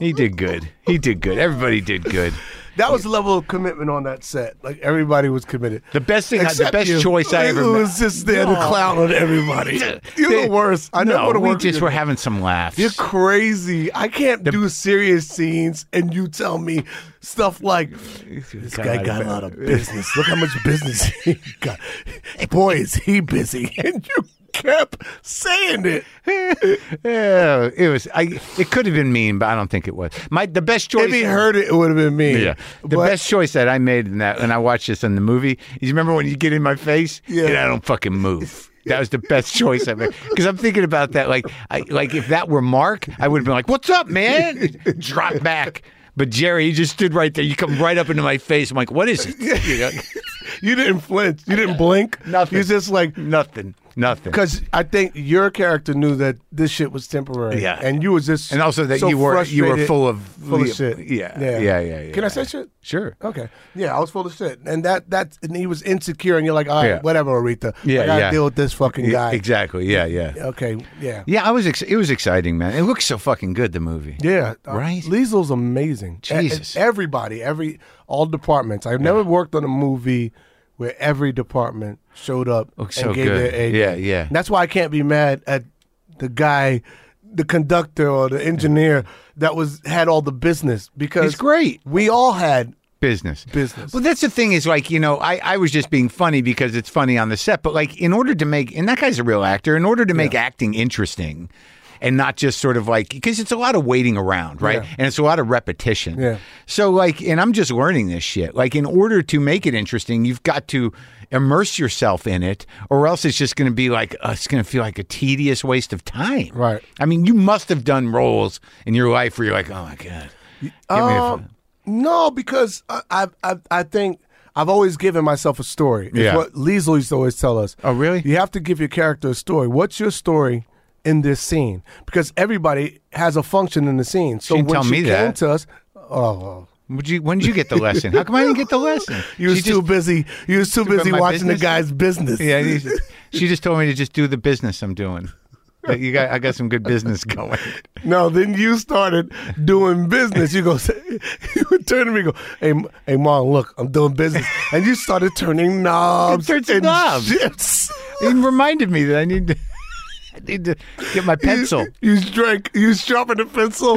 He did good. He did good. Everybody did good. That was the level of commitment on that set. Like everybody was committed. The best thing, Except the best you, choice I ever who made. was just there to clown on everybody. You're the worst. I never no, want to we work. just with you. were having some laughs. You're crazy. I can't do serious scenes, and you tell me stuff like, "This guy got a lot of business. Look how much business he got. Boy, is he busy!" And you kept saying it. yeah, it was. I. It could have been mean, but I don't think it was. My the best choice. If he heard it, it would have been me. Yeah, the But- best choice that I made in that, and I watched this in the movie. is You remember when you get in my face Yeah. and I don't fucking move. That was the best choice I made because I'm thinking about that. Like, I like if that were Mark, I would have been like, "What's up, man?" Drop back. But Jerry, you just stood right there. You come right up into my face. I'm like, "What is it?" You know? you didn't flinch. You didn't blink. uh, Nothing. You're just like, Nothing. Nothing. Because I think your character knew that this shit was temporary. Yeah. and you was just And also that so you were you were frustrated, full of full of shit. Yeah. Yeah. Yeah. Yeah. Can I say shit? Sure. Okay. Yeah, I was full of shit, and that that and he was insecure, and you're like, all right, Yeah. whatever, Aretha. Yeah, I gotta yeah. deal with this fucking guy. Exactly. Yeah. Yeah. Okay. Yeah. Yeah. I was. Ex- it was exciting, man. It looks so fucking good. The movie. Yeah, Right? Liesl's amazing. E- Jesus. everybody, every all departments. I've never worked on a movie where every department showed up and so gave good. their A. Yeah, yeah. And that's why I can't be mad at the guy, the conductor or the engineer that was had all the business because He's great. We all had Business. business. Well, that's the thing is like, you know, I, I was just being funny because it's funny on the set, but like in order to make, and that guy's a real actor, in order to make acting interesting and not just sort of like, because it's a lot of waiting around, right? Yeah. And it's a lot of repetition. Yeah. So like, and I'm just learning this shit. Like in order to make it interesting, you've got to immerse yourself in it or else it's just going to be like, uh, it's going to feel like a tedious waste of time. Right. I mean, you must have done roles in your life where you're like, oh my God. Give me a Uh, fu- no, because I, I I I think I've always given myself a story. It's Yeah. what Liesl used to always tell us. Oh, really? You have to give your character a story. What's your story in this scene? Because everybody has a function in the scene. So didn't when tell she me came that. to us, oh. well, Would you, when did you get the lesson? How come I didn't get the lesson? You was She too just- busy. You was too About busy my watching business? the guy's business. yeah, you just- she just told me to just do the business I'm doing. That you got, I got some good business going. No, then you started doing business. You go, you would turn to me, and go, hey, M- hey, mom, look, I'm doing business, and you started turning knobs Turns and knobs. shifts. It reminded me that I need to, I need to get my pencil. You, you drank. You sharpened the pencil.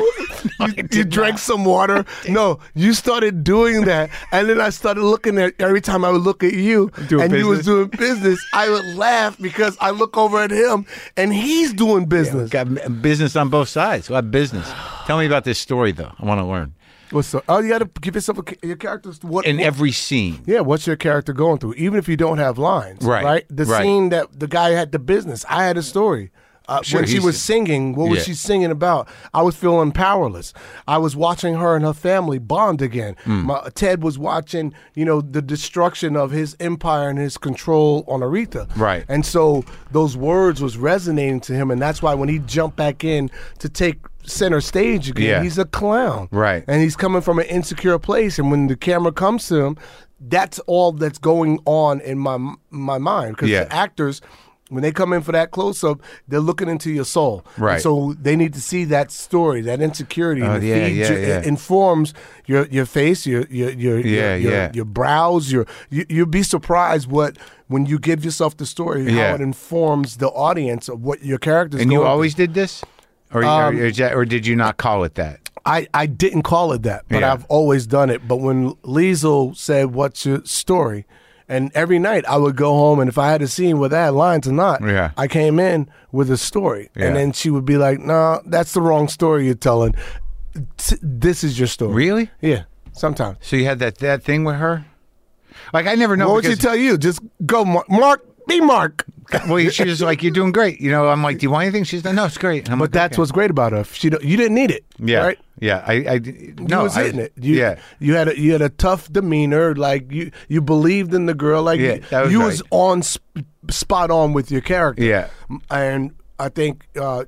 you you drank some water. No, you started doing that, and then I started looking at every time I would look at you, Doing and you was business. doing business. I would laugh because I look over at him, and he's doing business. Got m- business on both sides. A lot of business. Tell me about this story, though. I want to learn. What's the, oh, you got to give yourself a, ca- your characters. What? In what- every scene. yeah, what's your character going through? Even if you don't have lines, Right, Right. The right. scene that the guy had the business. I had a story. Uh, Sure, when she he's- was singing, what Yeah. was she singing about? I was feeling powerless. I was watching her and her family bond again. Hmm. My, Ted was watching, you know, the destruction of his empire and his control on Aretha. Right. And so those words was resonating to him, and that's why when he jumped back in to take center stage again, Yeah. he's a clown. Right. And he's coming from an insecure place. And when the camera comes to him, that's all that's going on in my my mind because Yeah. the actors When they come in for that close up, they're looking into your soul. Right. So they need to see that story, that insecurity. and Oh, it yeah, yeah, your- it yeah. informs your your face, your your your Yeah, your, your, yeah. your brows. Your you, you'll be surprised what when you give yourself the story, Yeah. how it informs the audience of what your characters. And you going through. always did this, or Um, or, is that- or did you not call it that? I, I didn't call it that, but Yeah. I've always done it. But when Liesel said, What's your story? And every night I would go home, and if I had a scene with that lines or not, Yeah. I came in with a story. Yeah. And then she would be like, nah, that's the wrong story you're telling. T- this is your story. Really? Yeah, sometimes. So you had that that thing with her? Like I never know. what would she because- tell you? Just go, Mar- Mark, be Mark. well, she was like, "You're doing great." You know, I'm like, "Do you want anything?" She's like, "No, it's great." And I'm But like, that's okay. what's great about her. She don't, you didn't need it, yeah, right? yeah. I, I no, you was I- hitting it. You, yeah, you had a, you had a tough demeanor. Like you, you believed in the girl. Like Yeah, you, that was you right. was on sp- spot on with your character. Yeah. and I think uh,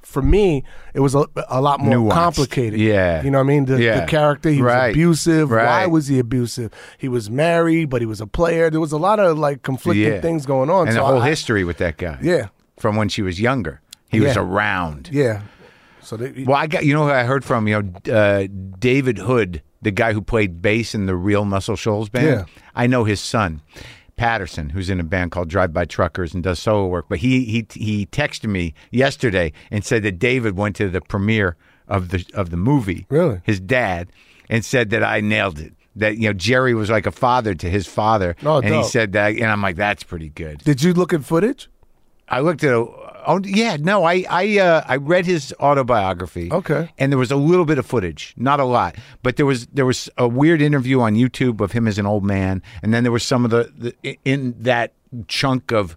for me, it was a, a lot more Nuanced. complicated. Yeah. you know what I mean. The, Yeah. the character he Right. was abusive. Why Right. was he abusive? He was married, but he was a player. There was a lot of like conflicting Yeah. things going on. and so the whole I- history with that guy. Yeah. from when she was younger, he was Yeah. around. yeah. So they, Well, I got you know who I heard from you know uh, David Hood, the guy who played bass in the Real Muscle Shoals band. Yeah. I know his son, Patterson, who's in a band called Drive By Truckers and does solo work. But he he he texted me yesterday and said that David went to the premiere of the of the movie. Really? his dad, and said that I nailed it. That you know Jerry was like a father to his father, Oh, and he dope. said that, and I'm like, that's pretty good. did you look at footage? I looked at a. Oh yeah, no, I I uh, I read his autobiography. Okay. and there was a little bit of footage, not a lot, but there was there was a weird interview on YouTube of him as an old man, and then there was some of the, the in that chunk of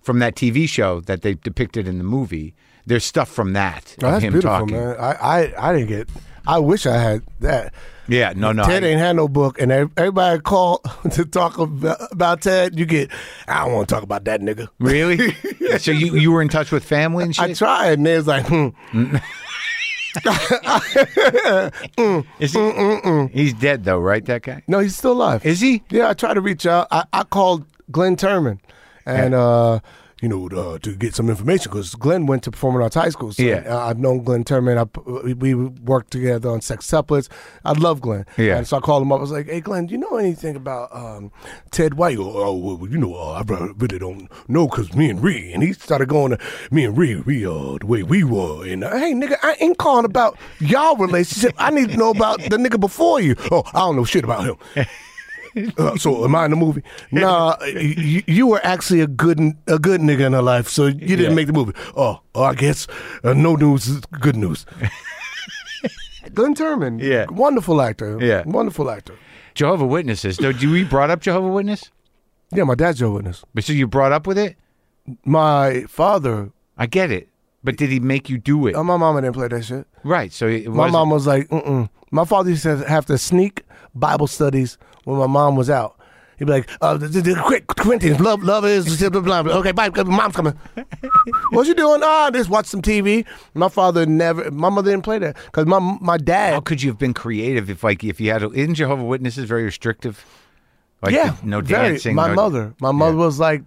from that TV show that they depicted in the movie. There's stuff from that Oh, of that's him beautiful, talking. man. I, I I didn't get. I wish I had that. Yeah, no, no, Ted I- ain't had no book, and ev- everybody call to talk about, about Ted. You get, I don't want to talk about that nigga. really. so you you were in touch with family and I shit. tried, and they was like, hmm. Is he, He's dead though, right? That guy no, he's still alive. is he? Yeah, I tried to reach out. I, I called Glenn Turman, and uh, you know uh, to get some information because Glenn went to Performing Arts High School. So Yeah. I, I've known Glenn Turman. I p- we we worked together on Sextuplets. I love Glenn. Yeah. And so I called him up. I was like, "Hey, Glenn, do you know anything about um, Ted White?" He go, "Oh, well, you know, uh, I re- really don't know because me and Ree." And he started going to me and Ree, Ree, uh, the way we were. And uh, hey, nigga, I ain't calling about y'all relationship. I need to know about the nigga before you. Oh, I don't know shit about him. Uh, so am I in the movie? Nah, you, you were actually a good a good nigga in her life, so you Yeah. didn't make the movie. Oh, oh, I guess uh, no news is good news. Glenn Turman, Yeah. wonderful actor, Yeah. wonderful actor. Jehovah Witnesses. Though, do we brought up Jehovah Witness? Yeah, my dad's your witness. But so you brought up with it? My father, I get it. But did he make you do it? uh, my mama didn't play that shit. right. So it My was mom was like, mm-mm. My father used to have to sneak Bible studies when my mom was out. He'd be like, uh, the, the, the, quick, Corinthians, love, love is, blah, blah, blah, blah. Okay, bye, mom's coming. what you doing? Ah, just watch some TV. My father never, my mother didn't play that. Because my, my How dad, could you have been creative if like if you had a, isn't Jehovah Witnesses very restrictive? Like yeah, no very. dancing. My no- mother, my mother was like,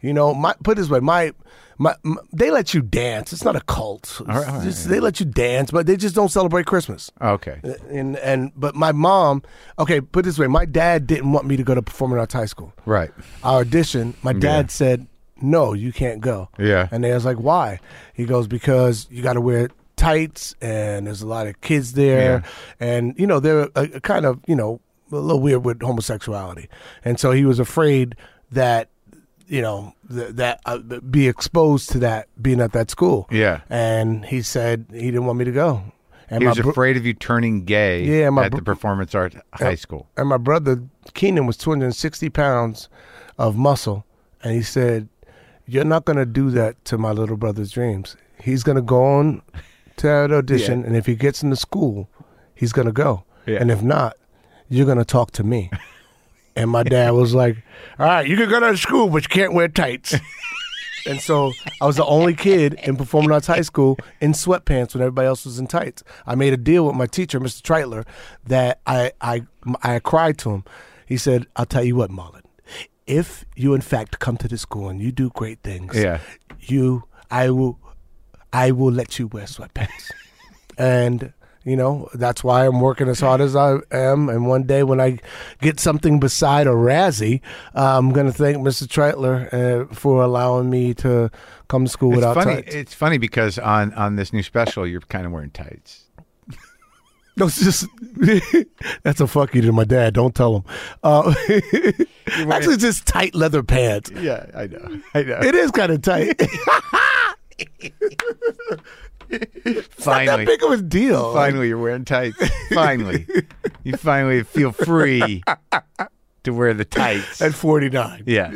you know, my put it this way, my, my, my they let you dance. It's not a cult. right, all right, Just- They let you dance, but they just don't celebrate Christmas. Oh, Okay. and and but my mom okay put it this way my dad didn't want me to go to performing arts high school Right. i auditioned my dad said no you can't go Yeah. and they was like why he goes because you got to wear tights and there's a lot of kids there and you know they're a, a kind of you know a little weird with homosexuality and so he was afraid that you know th- that uh, be exposed to that being at that school Yeah. and he said he didn't want me to go and He my was bro- afraid of you turning gay Yeah, my at bro- the performance art high school. and my brother Keenan was 260 pounds of muscle, and he said, "You're not gonna do that to my little brother's dreams. He's gonna go on to that audition, and if he gets into school, he's gonna go. Yeah. And if not, you're gonna talk to me." and my dad was like, "All right, you can go to school, but you can't wear tights." And so I was the only kid in performing arts high school in sweatpants when everybody else was in tights. I made a deal with my teacher, Mr. Tritler, that I I I cried to him. He said, "I'll tell you what, Marlon, if you in fact come to the school and you do great things, Yeah. you I will I will let you wear sweatpants. and you know, that's why I'm working as hard as I am. And one day when I get something beside a Razzie, uh, I'm going to thank Mr. Treitler uh, for allowing me to come to school It's without funny. tights. It's funny because on on this new special, you're kind of wearing tights. No, it's just that's a fuck you to my dad. Don't tell him. Uh, actually, it's just tight leather pants. Yeah, I know. I know. It is kind of tight. finally, Not that big of a deal. Like, finally, you're wearing tights. Finally, you finally feel free to wear the tights. at 49. Yeah.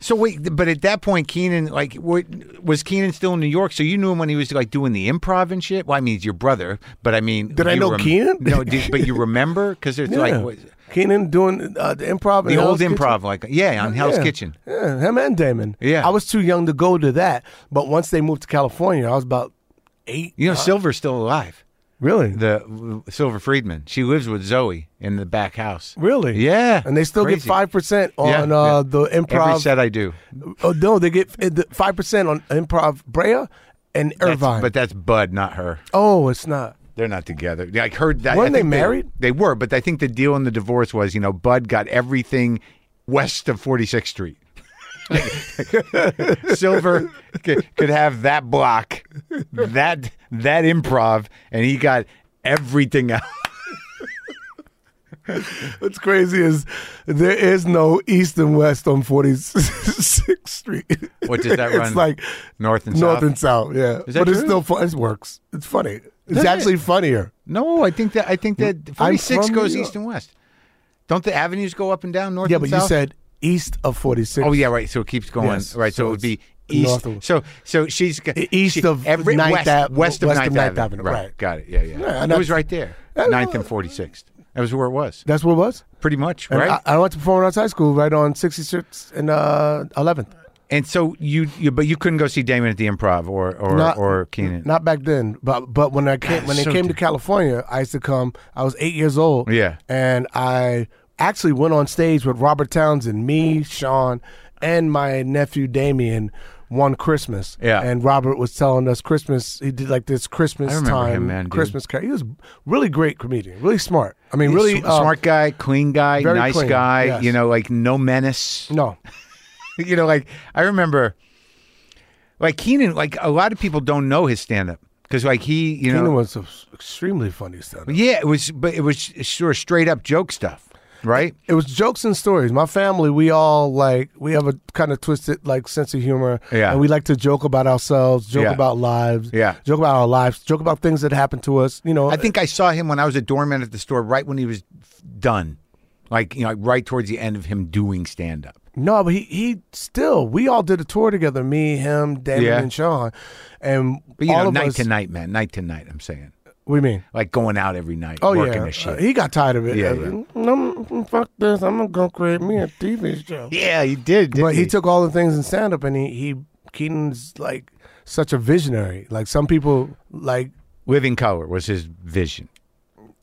So wait, but at that point, Keenan like wa- was Keenan still in New York? So you knew him when he was like doing the improv and shit. Well, I mean, he's your brother, but I mean, Did I you know Keenan? No, did, but you remember because it's like what, Keenan doing uh, the improv. in the old Hell's improv, like yeah, on Hell's Yeah. Kitchen. Yeah, him and Damon. Yeah. I was too young to go to that, but once they moved to California, I was about eight. You know, Silver's still alive. Really? The Silver Friedman. She lives with Zoe in the back house. Really? Yeah. And they still get Crazy. five percent on Yeah, uh, yeah. the Every improv. set I do. oh no, they get five percent on improv Brea and That's- Irvine. but that's Bud, not her. oh, it's not. They're not together. I heard that. Weren't I they think married? They, were, but I think the deal in the divorce was, you know, Bud got everything west of 46th Street. Silver could, could have that block, that that improv, and he got everything else. What's crazy is there is no east and west on 46th Street. What does that run? It's like North and north south. and south. Yeah, Is that but it's true? still fun. It works. It's funny. It's Does it? actually funnier. no, I think that I think that 46 from goes New east and west. Don't the avenues go up and down north? Yeah, and but south? you said east of 46th. Oh yeah, right. So it keeps going. Yes, Right. So, so it would be it's east. north of- so so she's g- E- east she- of every, Ninth west, Ave- west of west of Ninth Ninth Avenue. Avenue, right. Got it. Yeah, yeah. and it was that's- right there. Ninth and forty sixth. That was where it was. That's what it was. Pretty much, And right? I, I went to performing arts high school right on 66th and uh, 11th. and so you, you, but you couldn't go see Damon at the Improv or or Not- or Keenan. Ah, Not back then, but but when I came when they so came to different. California, I used to come. I was eight years old. Yeah. and I actually went on stage with Robert Townsend, me, Sean, and my nephew Damien one Christmas. Yeah. and Robert was telling us Christmas. He did like this Christmas I remember time him, man, dude. Christmas. Car- he was really great comedian, really smart. I mean, Really really um, smart guy, clean guy, very nice clean, guy. yes. You know, like no menace. No, you know, like I remember, like Keenan. Like a lot of people don't know his stand up because, like he, you know, Keenan was a- extremely funny stuff. Yeah, it was, but it was sort of straight up joke stuff, right? It was jokes and stories. My family, we all like we have a kind of twisted like sense of humor, Yeah. and we like to joke about ourselves, joke Yeah. about lives, Yeah. joke about our lives, joke about things that happened to us. You know, I think I saw him when I was a doorman at the store, right when he was done, like you know, like, right towards the end of him doing stand up. no, but he he still. We all did a tour together. Me, him, Damon, Yeah. and Sean, and But you all know, of night us. to night, man, night to night. I'm saying, we mean. like going out every night, Oh working yeah, the shit. Uh, he got tired of it. Yeah, Uh, yeah. "Mm, mm, fuck this. I'm gonna go create me a TV show. yeah, he did. didn't But he took all the things in stand up, and he, he Keaton's like such a visionary. Like some people like Living Color was his vision.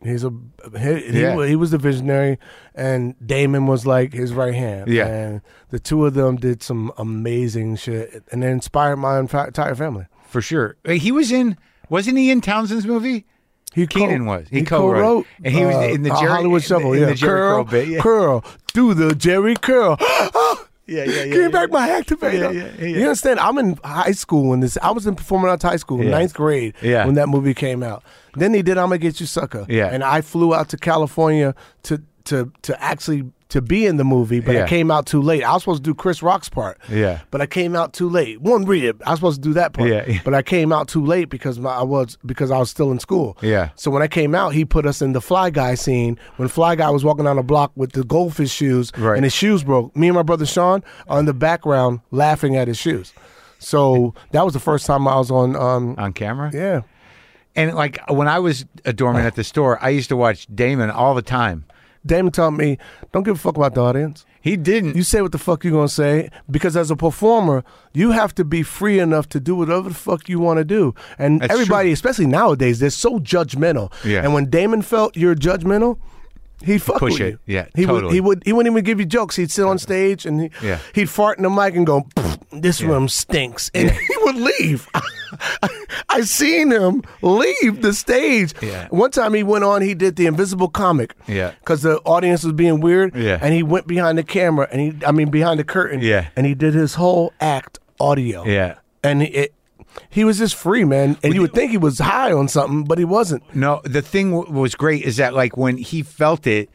He's a he, he, Yeah. wa- he was the visionary, and Damon was like his right hand. Yeah. and the two of them did some amazing shit, and it inspired my enfi- entire family. for sure. Uh, He was in, wasn't he in Townsend's movie? He Keenan was. He co-wrote it. And he was in the uh, Jerry- Hollywood Shuffle. in yeah, the Jerry Curl curl, bit, yeah. curl, do the Jerry curl. Yeah, yeah, yeah, Give yeah, me back my activator. Yeah, yeah, yeah. You understand? I'm in high school when this. I was in performing arts high school, ninth grade, Yeah. when that movie came out. Then they did "I'm gonna get you, sucker." Yeah. and I flew out to California to to to actually to be in the movie, but Yeah. I came out too late. I was supposed to do Chris Rock's part. Yeah. but I came out too late. One rib. I was supposed to do that part. Yeah. but I came out too late because my, I was because I was still in school. Yeah. So when I came out, he put us in the Fly Guy scene when Fly Guy was walking down the block with the goldfish shoes Right. and his shoes broke. Me and my brother Sean are in the background laughing at his shoes. So that was the first time I was on. Um, On camera, yeah. Oh. and like when I was a doorman at the store, I used to watch Damon all the time. Damon told me, don't give a fuck about the audience. He didn't. You say what the fuck you gonna say because as a performer, you have to be free enough to do whatever the fuck you want to do. And That's everybody, especially nowadays, they're so judgmental. Yeah. And when Damon felt you're judgmental, He'd fuck Push with it. you. Yeah, he would. totally. He would. He wouldn't even give you jokes. He'd sit on stage and he, Yeah. he'd fart in the mic and go, "Pfft, "This room stinks," and he would leave. I, seen him leave the stage. Yeah. One time he went on. He did the Invisible Comic. Yeah. Because the audience was being weird. Yeah. And he went behind the camera and he, I mean, behind the curtain. Yeah. And he did his whole act audio. Yeah. And it. He was just free, man, and you would think he was high on something, but he wasn't. No, the thing w- was great is that like when he felt it,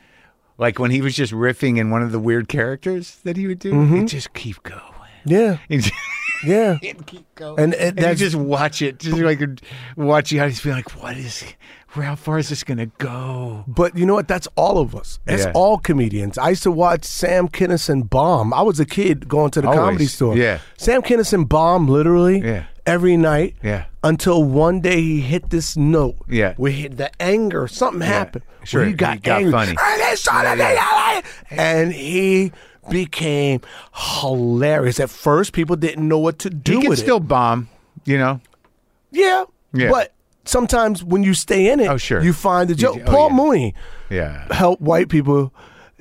like when he was just riffing in one of the weird characters that he would do, Mm-hmm. it just keep going. Yeah, It just, yeah. it keep going. And, and And you that's just watch it, just like watch you. I just be like, what is? Where how far is this gonna go? But you know what? That's all of us. That's Yeah. all comedians. I used to watch Sam Kinison bomb. I was a kid going to the comedy Always. store. Yeah. Sam Kinison bomb literally Yeah. every night. Yeah. Until one day he hit this note. Yeah. We hit the anger. Something happened. where Sure, He got, he got angry. funny. "And it's all of the- And he became hilarious. At first, people didn't know what to do He can with it. still bomb, you know. Yeah. Yeah. But sometimes when you stay in it, Oh, sure. you find the joke. oh, Paul yeah. Mooney Yeah, help white people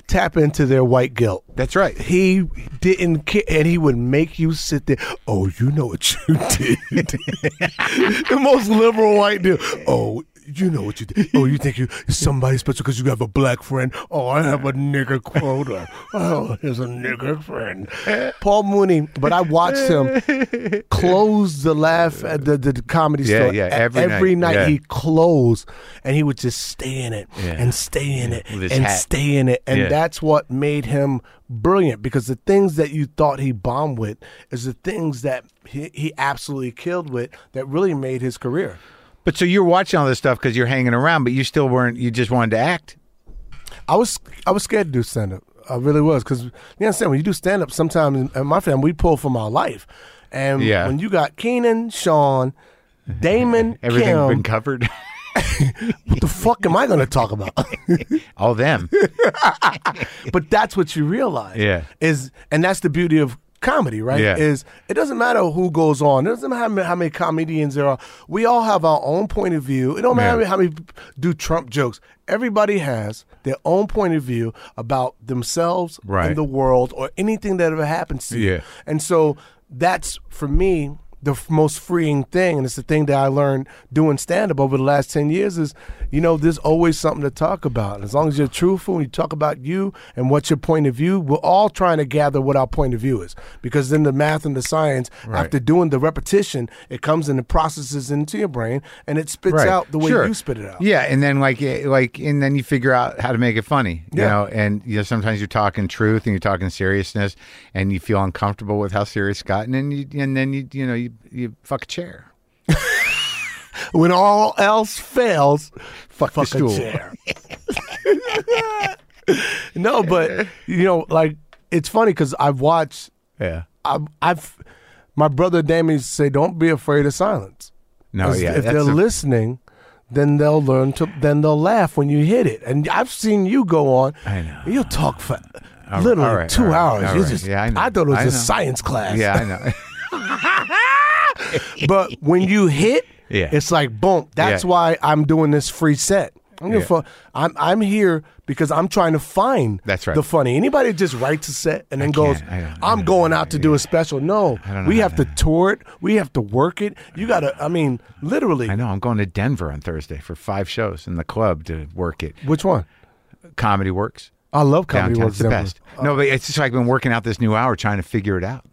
tap into their white guilt. that's right. He didn't care, and he would make you sit there. Oh, you know what you did. the most liberal white dude. Oh, you know what you did. Oh, you think you you're somebody special because you have a black friend. Oh, I have a nigger quota. Oh, here's a nigger friend. Paul Mooney, but I watched him close the laugh at the, the comedy Yeah, store. yeah, A- every night, night yeah. he closed, and he would just stay in it and stay in it With his and hat. stay in it, and Yeah. that's what made him brilliant. Because the things that you thought he bombed with is the things that he, he absolutely killed with that really made his career. But so you're watching all this stuff because you're hanging around, but you still weren't. You just wanted to act. I was I was scared to do stand up. I really was because you understand when you do stand up. Sometimes in- in my family we pull from our life, and Yeah. when you got Keenan, Sean, Damon, Everything Kim, been covered. what the fuck am I going to talk about? all them. but that's what you realize. Yeah. Is and that's the beauty of comedy, right? Yeah. Is it doesn't matter who goes on. It doesn't matter how many comedians there are. We all have our own point of view. It don't matter Yeah. how many do Trump jokes. Everybody has their own point of view about themselves Right. and the world or anything that ever happens to you. Yeah. And so that's for me the f- most freeing thing, and it's the thing that I learned doing stand up over the last ten years is, you know, there's always something to talk about. And as long as you're truthful and you talk about you and what's your point of view, we're all trying to gather what our point of view is. Because then the math and the science, after doing the repetition, it comes and it processes into your brain and it spits Right. out the way Sure. you spit it out. Yeah, and then like eh, like and then you figure out how to make it funny. You Yeah. know, and you know sometimes you're talking truth and you're talking seriousness, and you feel uncomfortable with how serious it's gotten, and you and then you you know you you fuck a chair. When all else fails, Fuck, the fuck stool. a chair. no, but you know, like it's funny because I've watched. Yeah. I've, I've my brother Damien used to say, "Don't be afraid of silence." No. 'Cause Yeah. if that's they're the- listening, then they'll learn to. Then they'll laugh when you hit it. And I've seen you go on. I know. You'll talk for literally all right, two all right, hours. all You right. just- Yeah, I know. thought it was I just know. science class. yeah, I know. but when you hit, Yeah. it's like boom. That's Yeah. why I'm doing this free set. I'm, gonna Yeah. fu- I'm I'm here because I'm trying to find That's right. the funny. Anybody just writes a set and then goes, can't. I don't- I I'm don't- going out to do a special. No, don't know we how have to tour it. We have to work it. You gotta. I mean, literally. I know. I'm going to Denver on Thursday for five shows in the club to work it. Which one? Comedy works. I love comedy. Downtown's Works the Denver. best. No, but it's just like I've been working out this new hour trying to figure it out.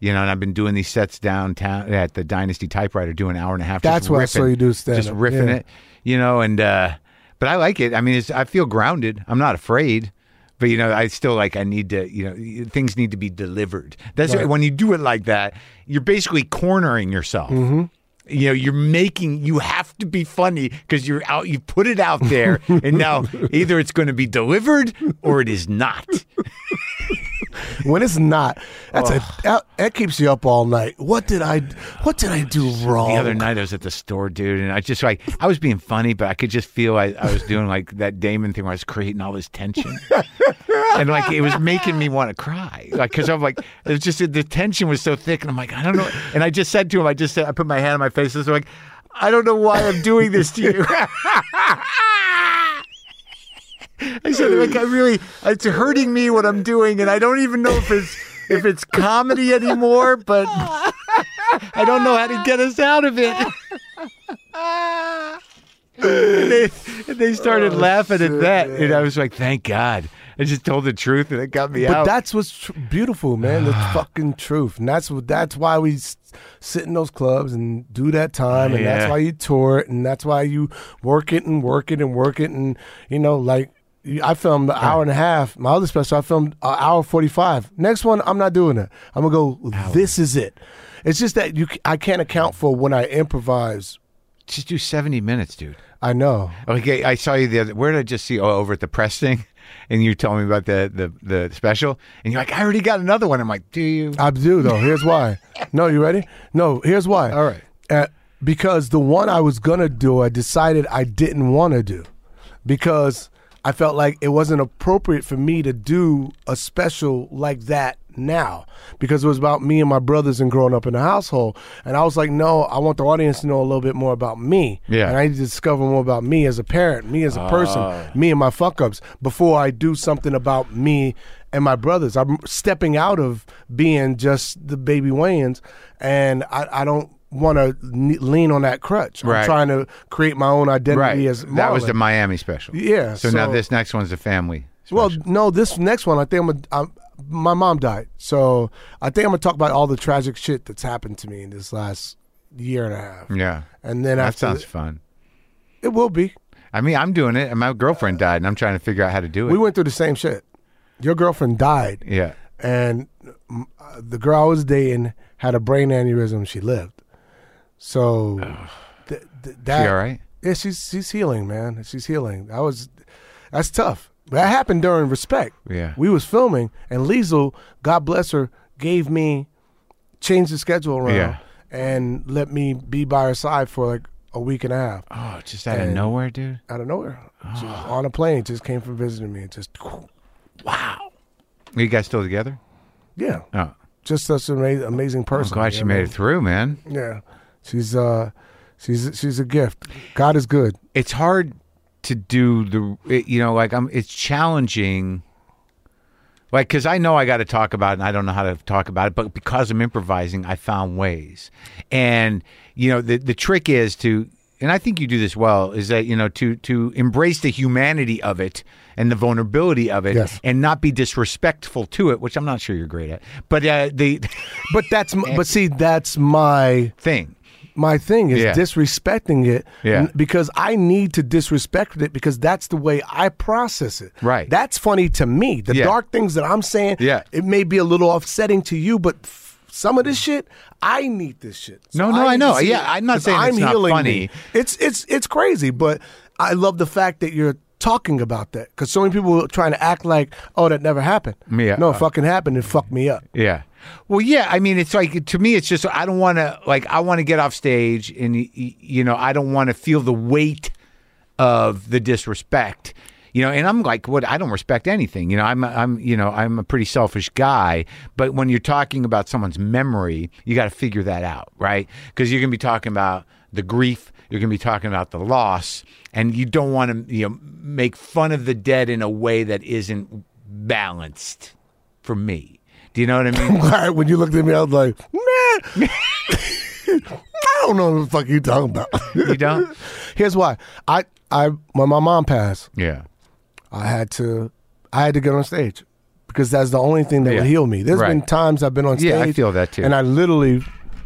You know, and I've been doing these sets downtown at the Dynasty Typewriter, doing an hour and a half. just That's where I saw riffing- you do Just stand-up, riffing yeah. it, you know. And uh but I like it. I mean, it's, I feel grounded. I'm not afraid. But you know, I still like. I need to. You know, things need to be delivered. That's Right. when you do it like that. You're basically cornering yourself. Mm-hmm. You know, you're making. You have to be funny because you're out. You put it out there, and now either it's going to be delivered or it is not. when it's not, that's a that, that keeps you up all night. What did I? What did I do wrong? The other night I was at the store, dude, and I just like I was being funny, but I could just feel I, I was doing like that Damon thing where I was creating all this tension, and like it was making me want to cry, like because I'm like it was just the tension was so thick, and I'm like I don't know, and I just said to him, I just said I put my hand on my face, and was like I don't know why I'm doing this to you. I said, like, I really, it's hurting me what I'm doing, and I don't even know if it's if it's comedy anymore. But I don't know how to get us out of it. and they, and they started laughing at that, and I was like, "Thank God!" I just told the truth, and it got me But out. that's what's tr- beautiful, man. The fucking truth, and that's what that's why we s- sit in those clubs and do that time, and Yeah. that's why you tour it, and that's why you work it and work it and work it, and you know, like you- I filmed an hour and a half. My other special, I filmed an hour forty five. Next one, I'm not doing that. I'm gonna go. This is it. It's just that you, c- I can't account for when I improvise. just do seventy minutes, dude. I know. Okay, I saw you the other. Where did I just see? Oh, over at the press thing, and you told me about the the the special, and you're like, I already got another one. I'm like, do you? I do though. Here's why. No, you ready? No, here's why. All right. Uh, because the one I was gonna do, I decided I didn't want to do, because I felt like it wasn't appropriate for me to do a special like that now, because it was about me and my brothers and growing up in the household, and I was like, no, I want the audience to know a little bit more about me, Yeah. and I need to discover more about me as a parent, me as a Ah. person, me and my fuck ups before I do something about me and my brothers. I'm stepping out of being just the baby Wayans, and I, I don't want to lean on that crutch. Right. I'm trying to create my own identity right. as that was Marlon. the Miami special. Yeah, So, now so- this next one's the family. Well, special. no, this next one, I think I'm, gonna- I'm my mom died, so I think I'm gonna talk about all the tragic shit that's happened to me in this last year and a half. yeah, And then that after sounds fun. it will be. I mean, I'm doing it, and my girlfriend died, and I'm trying to figure out how to do it. We went through the same shit. Your girlfriend died. yeah. and mm, uh, the girl I was dating had a brain aneurysm. She lived, so th- th- that all right? Yeah, she's she's healing, man. She's healing. That was that's tough. But that happened during respect. Yeah. we was filming, and Liesel, God bless her, gave me changed the schedule around Yeah. and let me be by her side for like a week and a half Oh, just out of And- nowhere, dude. out of nowhere. She was on a plane, just came from visiting me, and just Are you guys still together? yeah, Oh, just such an amazing, amazing person. I'm glad you she know what I made mean? it through, man. Yeah, she's uh, she's she's a gift. God is good. it's hard to do the it- you know like i'm it's challenging like because i know i got to talk about it and i don't know how to talk about it but because i'm improvising i found ways and you know the the trick is to and i think you do this well is that you know to to embrace the humanity of it and the vulnerability of it Yes. and not be disrespectful to it which i'm not sure you're great at but uh, the But that's m- but see that's my thing my thing is Yeah. disrespecting it Yeah. n- because I need to disrespect it because that's the way I process it. Right. That's funny to me. The Yeah. dark things that I'm saying, Yeah. it may be a little offsetting to you, but f- some of this shit, I need this shit. No, no, I need to know. see Yeah, it I'm not 'cause saying it's not healing funny. me. It's it's it's crazy, but I love the fact that you're talking about that because so many people are trying to act like, oh, that never happened. Yeah. No, it fucking happened. It fucked me up. Yeah. Well, yeah. I mean, it's like to me, it's just I don't want to like I want to get off stage, and y- y- you know, I don't want to feel the weight of the disrespect. You know, and I'm like, what? I don't respect anything. You know, I'm, I'm, you know, I'm a pretty selfish guy. But when you're talking about someone's memory, you got to figure that out, right? Because you're gonna be talking about the grief, you're gonna be talking about the loss, and you don't want to, you know, make fun of the dead in a way that isn't balanced. For me, do you know what I mean? Right when you looked at me, I was like, man, I don't know what the fuck you talking about. You don't? Here's why. I I when my mom passed, Yeah. I had to I had to get on stage because that's the only thing that Yeah. would heal me. There's been Right. times I've been on stage. Yeah, I feel that too. And I literally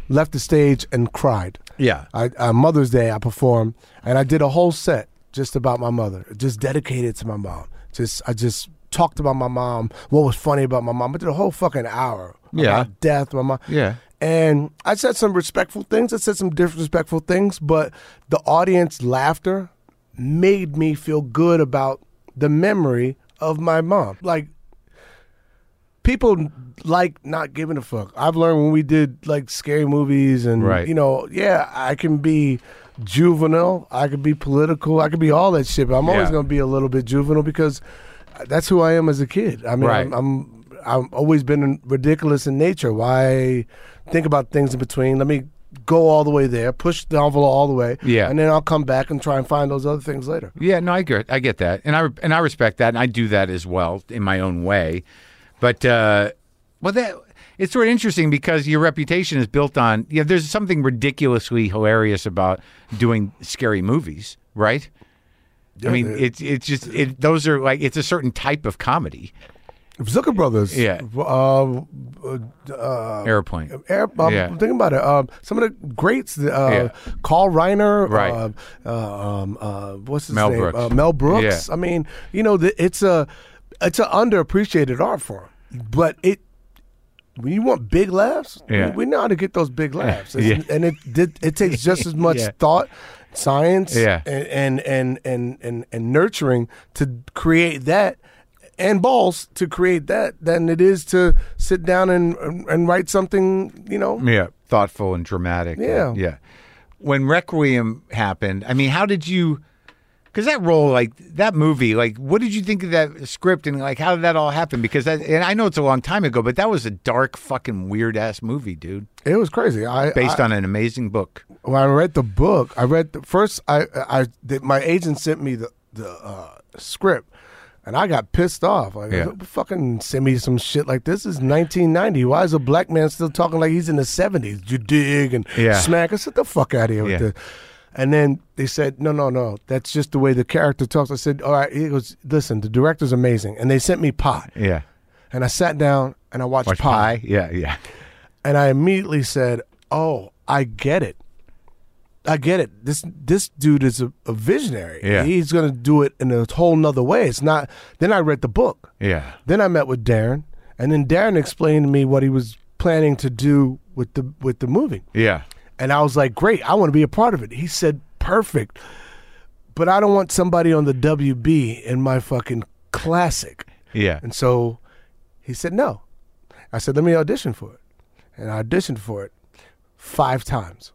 left the stage and cried. Yeah. I, on Mother's Day, I performed, and I did a whole set just about my mother, just dedicated to my mom. Just I just talked about my mom, what was funny about my mom. I did a whole fucking hour Yeah. about death, my mom. Yeah. And I said some respectful things. I said some disrespectful things, but the audience laughter made me feel good about the memory of my mom. Like people like not giving a fuck. I've learned when we did like scary movies and Right. you know, yeah, I can be juvenile, I could be political, I could be all that shit, but I'm always Yeah. going to be a little bit juvenile because that's who I am as a kid. I mean, Right. I'm, I'm I've always been ridiculous in nature. Why think about things in between? Let me go all the way there, push the envelope all the way, Yeah. and then I'll come back and try and find those other things later. Yeah, no, I get, I get that, and I and I respect that, and I do that as well in my own way. But uh, well, that it's sort of interesting because your reputation is built on. You know, there's something ridiculously hilarious about doing scary movies, right? I mean, it's it's just it, those are like it's a certain type of comedy. Zucker Brothers, Yeah. uh, Airplane. Air, um, Yeah. I'm thinking about it. Um, some of the greats, uh, Yeah. Carl Reiner, Right. Uh, uh, um, uh, what's his Mel name? Brooks. Uh, Mel Brooks. I mean, you know, the, it's a it's an underappreciated art form, but it when you want big laughs, Yeah. we, we know how to get those big laughs, It's- Yeah. and it did, it takes just as much Yeah. thought. Science Yeah. and, and, and, and, and, and nurturing to create that and balls to create that than it is to sit down and and write something, you know. Yeah, thoughtful and dramatic. Yeah. yeah. When Requiem happened, I mean, how did you? Because that role, like that movie, like what did you think of that script and like how did that all happen? Because that, and I know it's a long time ago, but that was a dark, fucking weird ass movie, dude. It was crazy. I Based I, on an amazing book. when I read the book, I read the first I I the, my agent sent me the the uh, script and I got pissed off. Like Yeah. fucking send me some shit like this is 1990. Why is a black man still talking like he's in the 70s? You dig and Yeah. smack us. Get the fuck out of here Yeah. with this. And then they said, no, no, no. That's just the way the character talks. I said, all right. He goes, listen, the director's amazing. And they sent me Pie. Yeah. And I sat down and I watched Watch Pie. Pie. Yeah, yeah. And I immediately said, oh, I get it. I get it. This this dude is a, a visionary. Yeah. He's going to do it in a whole nother way. It's not. Then I read the book. Yeah. Then I met with Darren. And then Darren explained to me what he was planning to do with the with the movie. Yeah. And I was like, great, I want to be a part of it. He said, perfect. But I don't want somebody on the WB in my fucking classic. Yeah. And so he said, no. I said, let me audition for it. And I auditioned for it five times.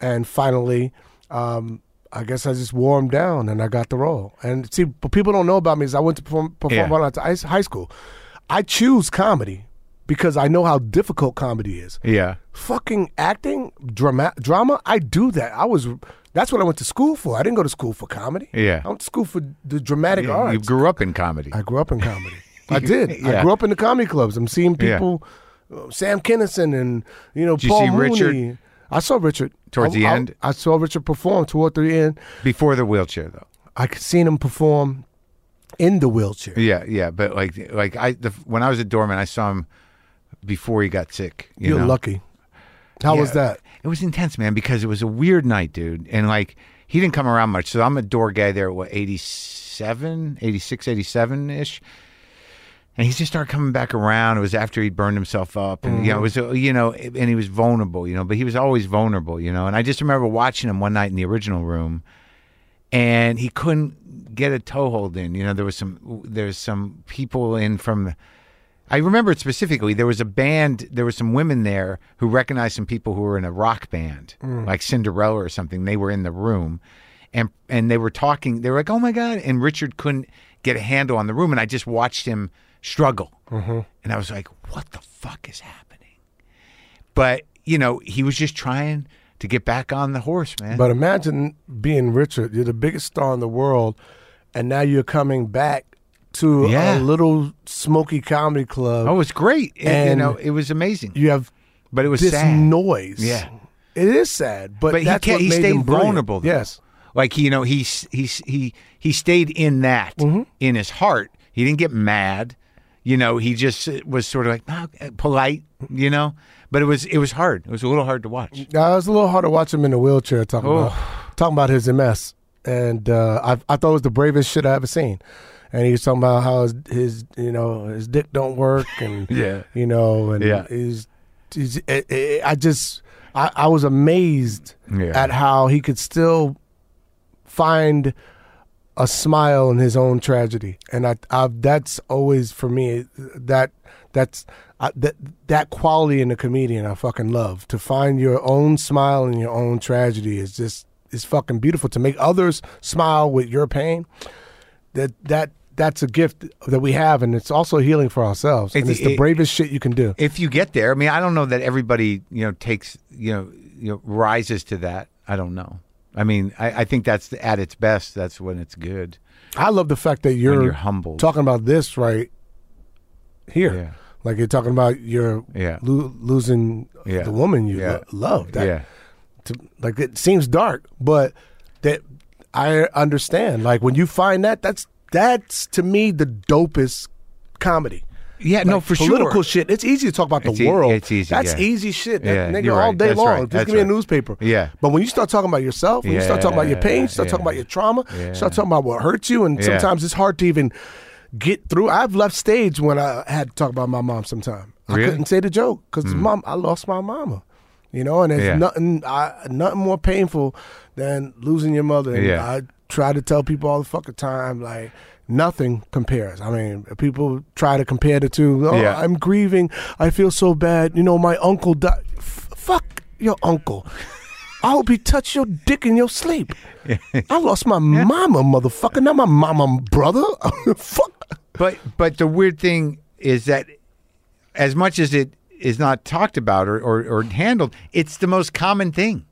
And finally, um, I guess I just wore him down and I got the role. And see, what people don't know about me is I went to perform, perform Yeah. while I was at high school. I choose comedy because I know how difficult comedy is Yeah. fucking acting drama drama i do that i was that's what i went to school for i didn't go to school for comedy Yeah. i went to school for the dramatic You- You arts grew up in comedy. i grew up in comedy i did Yeah. i grew up in the comedy clubs i'm seeing Yeah. people uh, sam kinnison and you know you paul see Richard? Mooney. i saw richard Towards I- the I- end? i saw richard perform toward the end Before the wheelchair though. i seen him perform in the wheelchair Yeah, yeah, but like, like I, the, when I was a doorman, I saw him before he got sick. You you're know? lucky how was Yeah. that It was intense, man, because it was a weird night, dude. And like, he didn't come around much. So I'm a door guy there, what, 87, 86, 87 ish. And he just started coming back around. It was after he'd burned himself up, and you know, it was uh, you know, and he was vulnerable, you know. But he was always vulnerable, you know. And I just remember watching him one night in the original room, and he couldn't get a toehold in. You know, there was some there's some people in from. I remember it specifically. There was a band. There were some women there who recognized some people who were in a rock band, like Cinderella or something. They were in the room, and and they were talking. They were like, "Oh my god!" And Richard couldn't get a handle on the room, and I just watched him struggle, and I was like, "What the fuck is happening?" But you know, he was just trying to get back on the horse, man. But imagine being Richard. You're the biggest star in the world, and now you're coming back to Yeah. a little smoky comedy club. Oh, it was great. It- you And- know, it was amazing. You have but it was this sad. noise. Yeah. It is sad, but, but he that's can't, what he made stayed him brilliant. vulnerable. Though. Yes. like you know, he s- he s- he he stayed in that Mm-hmm. in his heart. He didn't get mad. You know, he just uh, was sort of like "Ah, okay," polite. You know, but it was it was hard. It was a little hard to watch. Now, it was a little hard to watch him in a wheelchair talking about talking about his MS, and uh, I I thought it was the bravest shit I ever seen. And he was talking about how his, his you know his dick don't work, and Yeah. you know, and Yeah. he's, he's i i I just I, I was amazed Yeah. at how he could still find a smile in his own tragedy, and I, I that's always for me that that's I, that that quality in a comedian I fucking love to find your own smile in your own tragedy is just is fucking beautiful to make others smile with your pain. That that that's a gift that we have, and it's also healing for ourselves. and It's- it's the it- bravest shit you can do. If you get there, I mean, I don't know that everybody you know takes you know you know, rises to that, I don't know. I mean, I, I think that's at its best. That's when it's good. I love the fact that When you're, you're humbled. talking about this right here. Yeah. Like you're talking about your Yeah. lo- losing Yeah. the woman you Yeah. lo- love. That, yeah. to, like it seems dark, but that I understand. Like when you find that, that's that's to me the dopest comedy. Yeah, no, for Political sure. shit. It's easy to talk about It's the ea- world. it's easy, That's yeah. easy shit. That Yeah, nigga you're all right. day That's long. right. Just That's give me right. a newspaper. Yeah. But when you start talking about yourself, when you start talking about your pain, you start Yeah, talking about your trauma, yeah. you start talking about what hurts you, and Yeah. sometimes it's hard to even get through. I've left stage when I had to talk about my mom. Sometime Really? Mm. I couldn't say the joke because mom, I lost my mama. You know, and there's Yeah. nothing, I, nothing more painful than losing your mother. And Yeah. I try to tell people all the fucking time, like nothing compares. I mean, people try to compare the two. Oh, Yeah. I'm grieving. I feel so bad. You know, my uncle died. F- fuck your uncle. I hope he touched your dick in your sleep. I lost my mama, motherfucker. Not my mama, brother. fuck. But but the weird thing is that as much as it is not talked about or, or, or handled, it's the most common thing.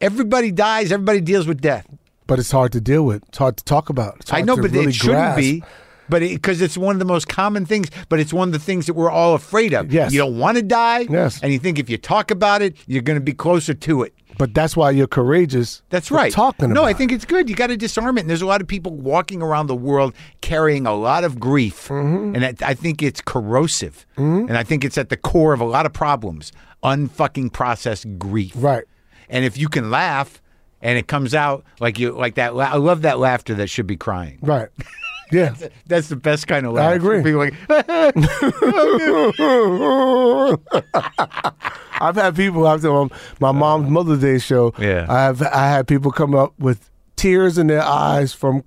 Everybody dies. Everybody deals with death. But it's hard to deal with. It's hard to talk about. It's I hard know, to but really it shouldn't grasp. be. But because it's one of the most common things, but it's one of the things that we're all afraid of. Yes. You don't want to die. Yes. And you think if you talk about it, you're going to be closer to it. But that's why you're courageous. That's for right. Talking no, about I think it's good. You got to disarm it. And there's a lot of people walking around the world carrying a lot of grief, Mm-hmm. and I, I think it's corrosive. And I think it's at the core of a lot of problems: unfucking processed grief. it. right. And if you can laugh, and it comes out like you like that. La- I love that laughter that should be crying. Right. Yeah. That's the best kind of laugh. agree. People like I've had people after um, my mom's Mother's Day show. Yeah. I've I had people come up with tears in their eyes from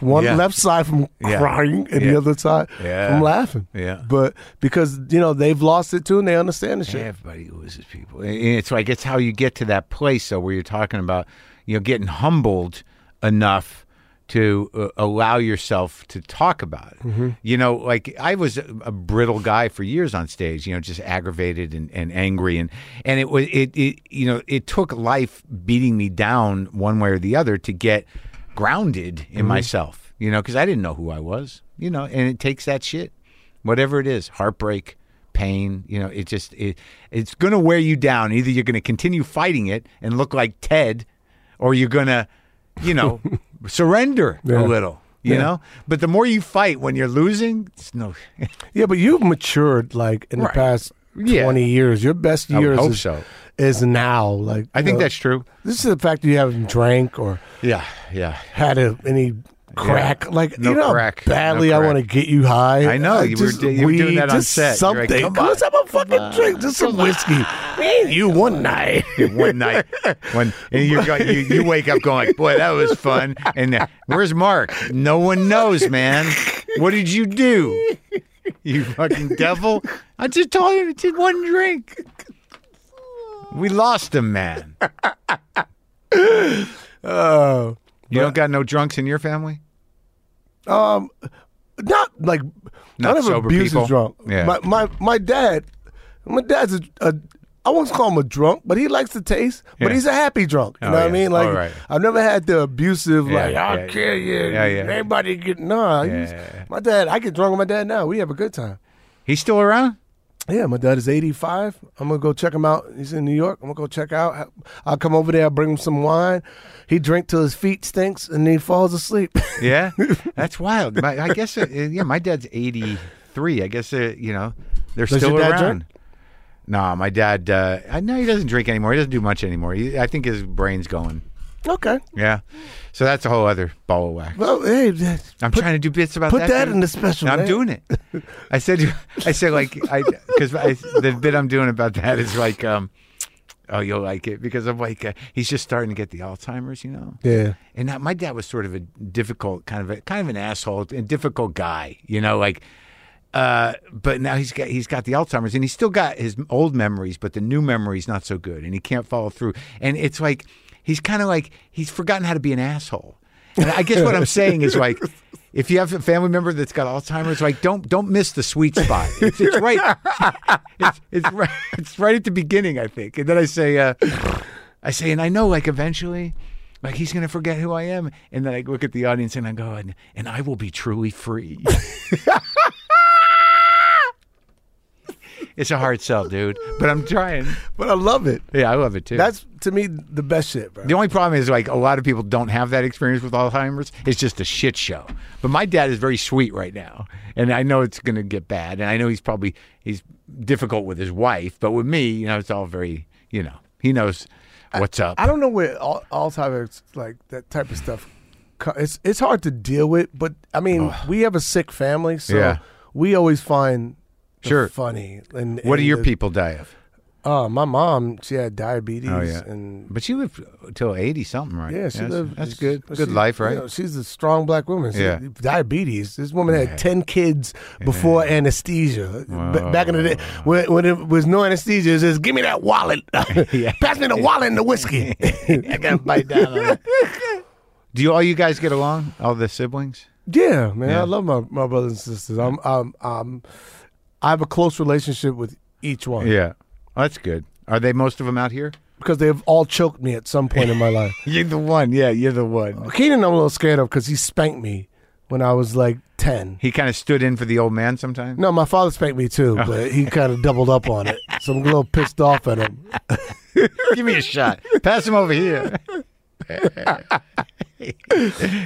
one Yeah. left side from Yeah. crying and Yeah. the other side Yeah. from laughing. Yeah. But because you know they've lost it too and they understand the shit. Everybody loses people. And it's like it's how you get to that place though where you're talking about you know getting humbled enough to uh, allow yourself to talk about it. You know, like I was a, a brittle guy for years on stage, you know, just aggravated and, and angry and and it was it, it you know, it took life beating me down one way or the other to get grounded in myself, you know, cuz I didn't know who I was, you know, and it takes that shit whatever it is heartbreak pain you know it just it, it's going to wear you down either you're going to continue fighting it and look like ted or you're going to you know surrender a Yeah. little you Yeah. know but the more you fight when you're losing it's no Yeah, but you've matured like in Right. the past Yeah. twenty years. Your best would years hope is, so. is now. Like i you think know, that's true this is the fact that you haven't drank or yeah yeah had a, any crack. Like No you know, how crack. No badly I crack. want to get you high. I know, Uh, you were just do- you were doing weed, that on just set. You're like, Something. "Come on, Let's have a fucking drink. Just some whiskey. Man, you one night. one night when and you're going, you you wake up going like, boy that was fun and uh, where's Mark? No one knows, man. What did you do? You fucking devil! I just told him it's just one drink. We lost him, man. Oh, You don't got no drunks in your family. Um, not like none of sober abuse people. is drunk. Yeah. My my my dad, my dad's a. a I won't call him a drunk, but he likes to taste. But Yeah. he's a happy drunk. You Oh, know what yeah. I mean? Like All right. I've never had the abusive, like yeah, I'll yeah. kill you. Yeah, yeah. Anybody get nah? he was- Yeah. My dad, I get drunk with my dad now. We have a good time. He's still around. Yeah, my dad is 85. I'm going to go check him out. He's in New York. I'm going to go check out. I'll come over there. I'll bring him some wine. He drink till his feet stinks and then he falls asleep. Yeah, that's wild. My, I guess. Uh, yeah, my dad's eighty-three. I guess uh, you know they're Does still your dad around. drink? No, my dad. Uh, I- no, he doesn't drink anymore. He doesn't do much anymore. He, I think his brain's going. okay. Yeah, so that's a whole other ball of wax. Well, hey, that- I'm trying to do bits about put that. that dude. in the special, No, I'm man. doing it. I said, I said, like, I because I, the bit I'm doing about that is like, um, oh, you'll like it because I'm like, uh, he's just starting to get the Alzheimer's, you know. Yeah. And that, my dad was sort of a difficult kind of a kind of an asshole and difficult guy, you know, like. Uh, but now he's got he's got the Alzheimer's and he's still got his old memories, but the new memory's not so good, and he can't follow through. And it's like he's kind of like he's forgotten how to be an asshole. And I guess what I'm saying is like, if you have a family member that's got Alzheimer's, like don't don't miss the sweet spot. It's, it's right. It's, it's right. It's right at the beginning, I think. And then I say, uh, I say, and I know, like eventually, like he's gonna forget who I am. And then I look at the audience and I go, and, and I will be truly free. it's a hard sell, dude. But I'm trying. But I love it. Yeah, I love it too. That's to me the best shit, bro. The only problem is like a lot of people don't have that experience with Alzheimer's. It's just a shit show. But my dad is very sweet right now, and I know it's going to get bad, and I know he's probably he's difficult with his wife, but with me, you know, it's all very, you know, he knows what's up. I don't know where all, Alzheimer's like that type of stuff. co- It's it's hard to deal with, but I mean, we have a sick family, so Yeah. we always find the Sure. funny. And, what do and your the- people die of? Uh, my mom, she had diabetes, Oh, yeah. and But she lived till eighty something, right? yeah, she that's, lived. That's she- good. but Good she- life, you right? know, she's a strong black woman. She- Yeah. diabetes. This woman had ten kids before anesthesia. B- back in the day, when, when it was no anesthesia, it says, "Give me that wallet. Pass me the wallet and the whiskey." I gotta bite down on it. do you all you guys get along? All the siblings? Yeah, man, Yeah. I love my, my brothers and sisters. I'm, I'm, I'm, I have a close relationship with each one Yeah, oh, that's good. Are they most of them out here? because they've all choked me at some point in my life. You're the one. Yeah, you're the one. Keenan, I'm a little scared of because he spanked me when I was like ten. He kind of stood in for the old man sometimes. No, my father spanked me Oh. too, but he kind of doubled up on it, so I'm a little pissed off at him. Give me a shot. Pass him over here.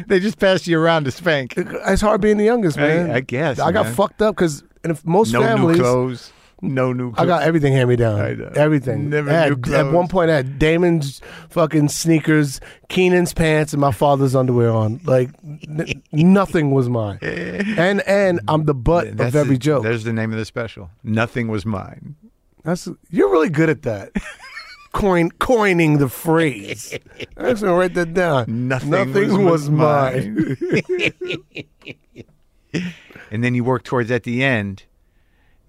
they just passed you around to spank. It's hard being the youngest, man. I- I guess, I got man. fucked up because in most No families, new clothes. No new I clothes. got everything hand me down. I know. Everything. Never I had- knew At clothes. one point, I had Damon's fucking sneakers, Keenan's pants, and my father's underwear on. Like n- nothing was mine. And and I'm the butt of every the, joke. There's the name of the special. Nothing was mine. That's you're really good at that. Coin coining the phrase. I'm just gonna write that down. Nothing, was, mine. and then you work towards at the end.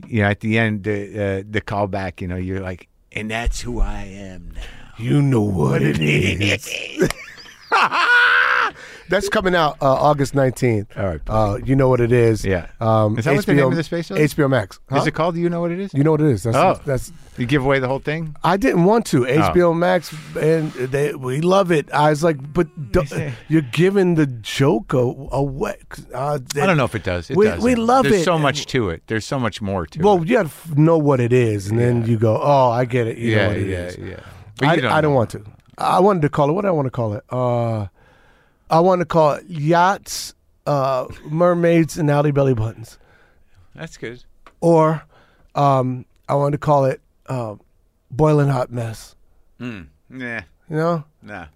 You know, at the end, the uh, the callback. You know, you're like, and that's who I am now. You know what it is. That's coming out uh, August 19th. All right. Uh, you know what it is. Yeah. Um, Is that what the name of the space is? HBO Max. Huh? Is it called? Do you know what it is? you know what it is. That's, Oh. that's You give away the whole thing. I didn't want to HBO Max, and they we love it. I was like, but do, say- you're giving the joke a- away. Uh, I don't know if it does. It We- doesn't. we love There's it. so much to it. There's so much more to it. Well, you have to know what it is, and then you go, oh, I get it. You know yeah, what it yeah, is. yeah. I, I don't want to. I wanted to call it. What do I want to call it? Uh, I want to call it yachts, uh, mermaids, and alley belly buttons. That's good. Or um, I want to call it uh, boiling hot mess. Nah, You know? nah.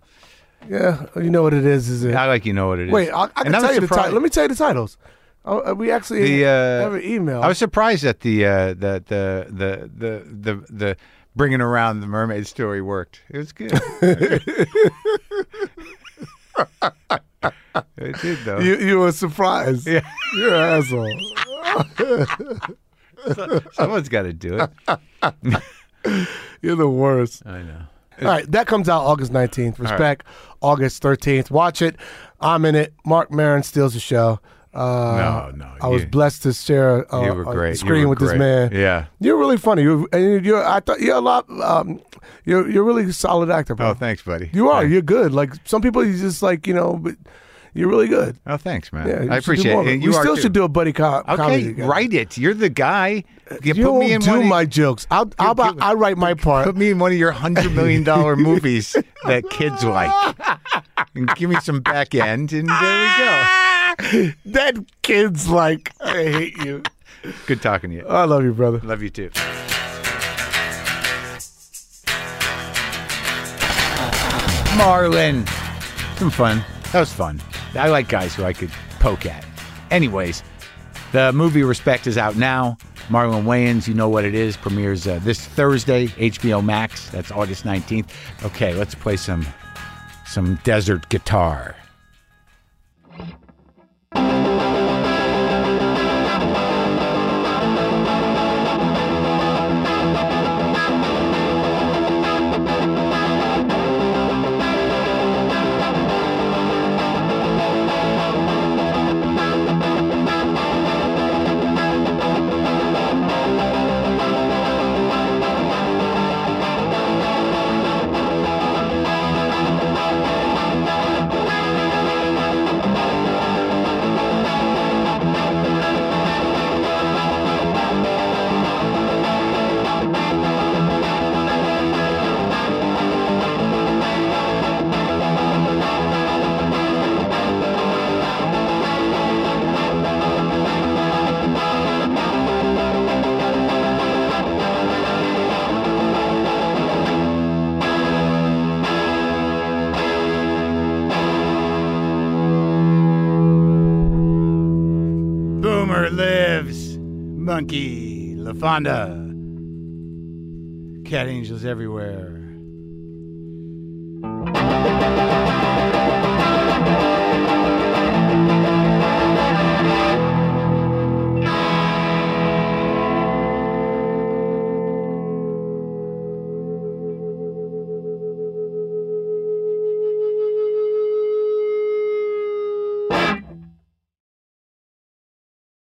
Yeah, you know what it is. Is it? I like you know what it is. Wait, I, I can And I'm tell you the surprised- title. Let me tell you the titles. Oh, uh, we actually The, uh, have an email. I was surprised that the uh, the, the the the the the bringing around the mermaid story worked. It was good. it did though. you, you were surprised. Yeah. You're an asshole. Someone's got to do it. You're the worst. I know. All right, that comes out August 19th. Respect, August 13th. Watch it. I'm in it. Mark Maron steals the show. Uh, No, no, I was you- blessed to share uh, You were a great. You screen were with this great. man. Yeah. You're really funny. You're, and you're, I thought you're a lot. Um, you're you're really a solid actor, bro. Oh, thanks, buddy. you are. Thanks. You're good. Like some people, you just like you know, but you're really good. Oh, thanks, man. Yeah, you I should do appreciate more it. of And we you are, still too. should do a buddy co- comedy. Okay, together. write it. You're the guy. You, You put don't me in do one. of- my jokes. I'll, I'll, give- I write my part. Put me in one of your hundred million dollar movies that kids like, and give me some back end, and there that kid's like, I hate you. we go. Good talking to you. I love you, brother. Love you too. Marlin, some fun. That was fun. I like guys who I could poke at. Anyways, the movie Respect is out now. Marlon Wayans, you know what it is, premieres uh, this Thursday, HBO Max. That's August 19th. Okay, let's play some some desert guitar. Monkey, LaFonda, cat angels everywhere.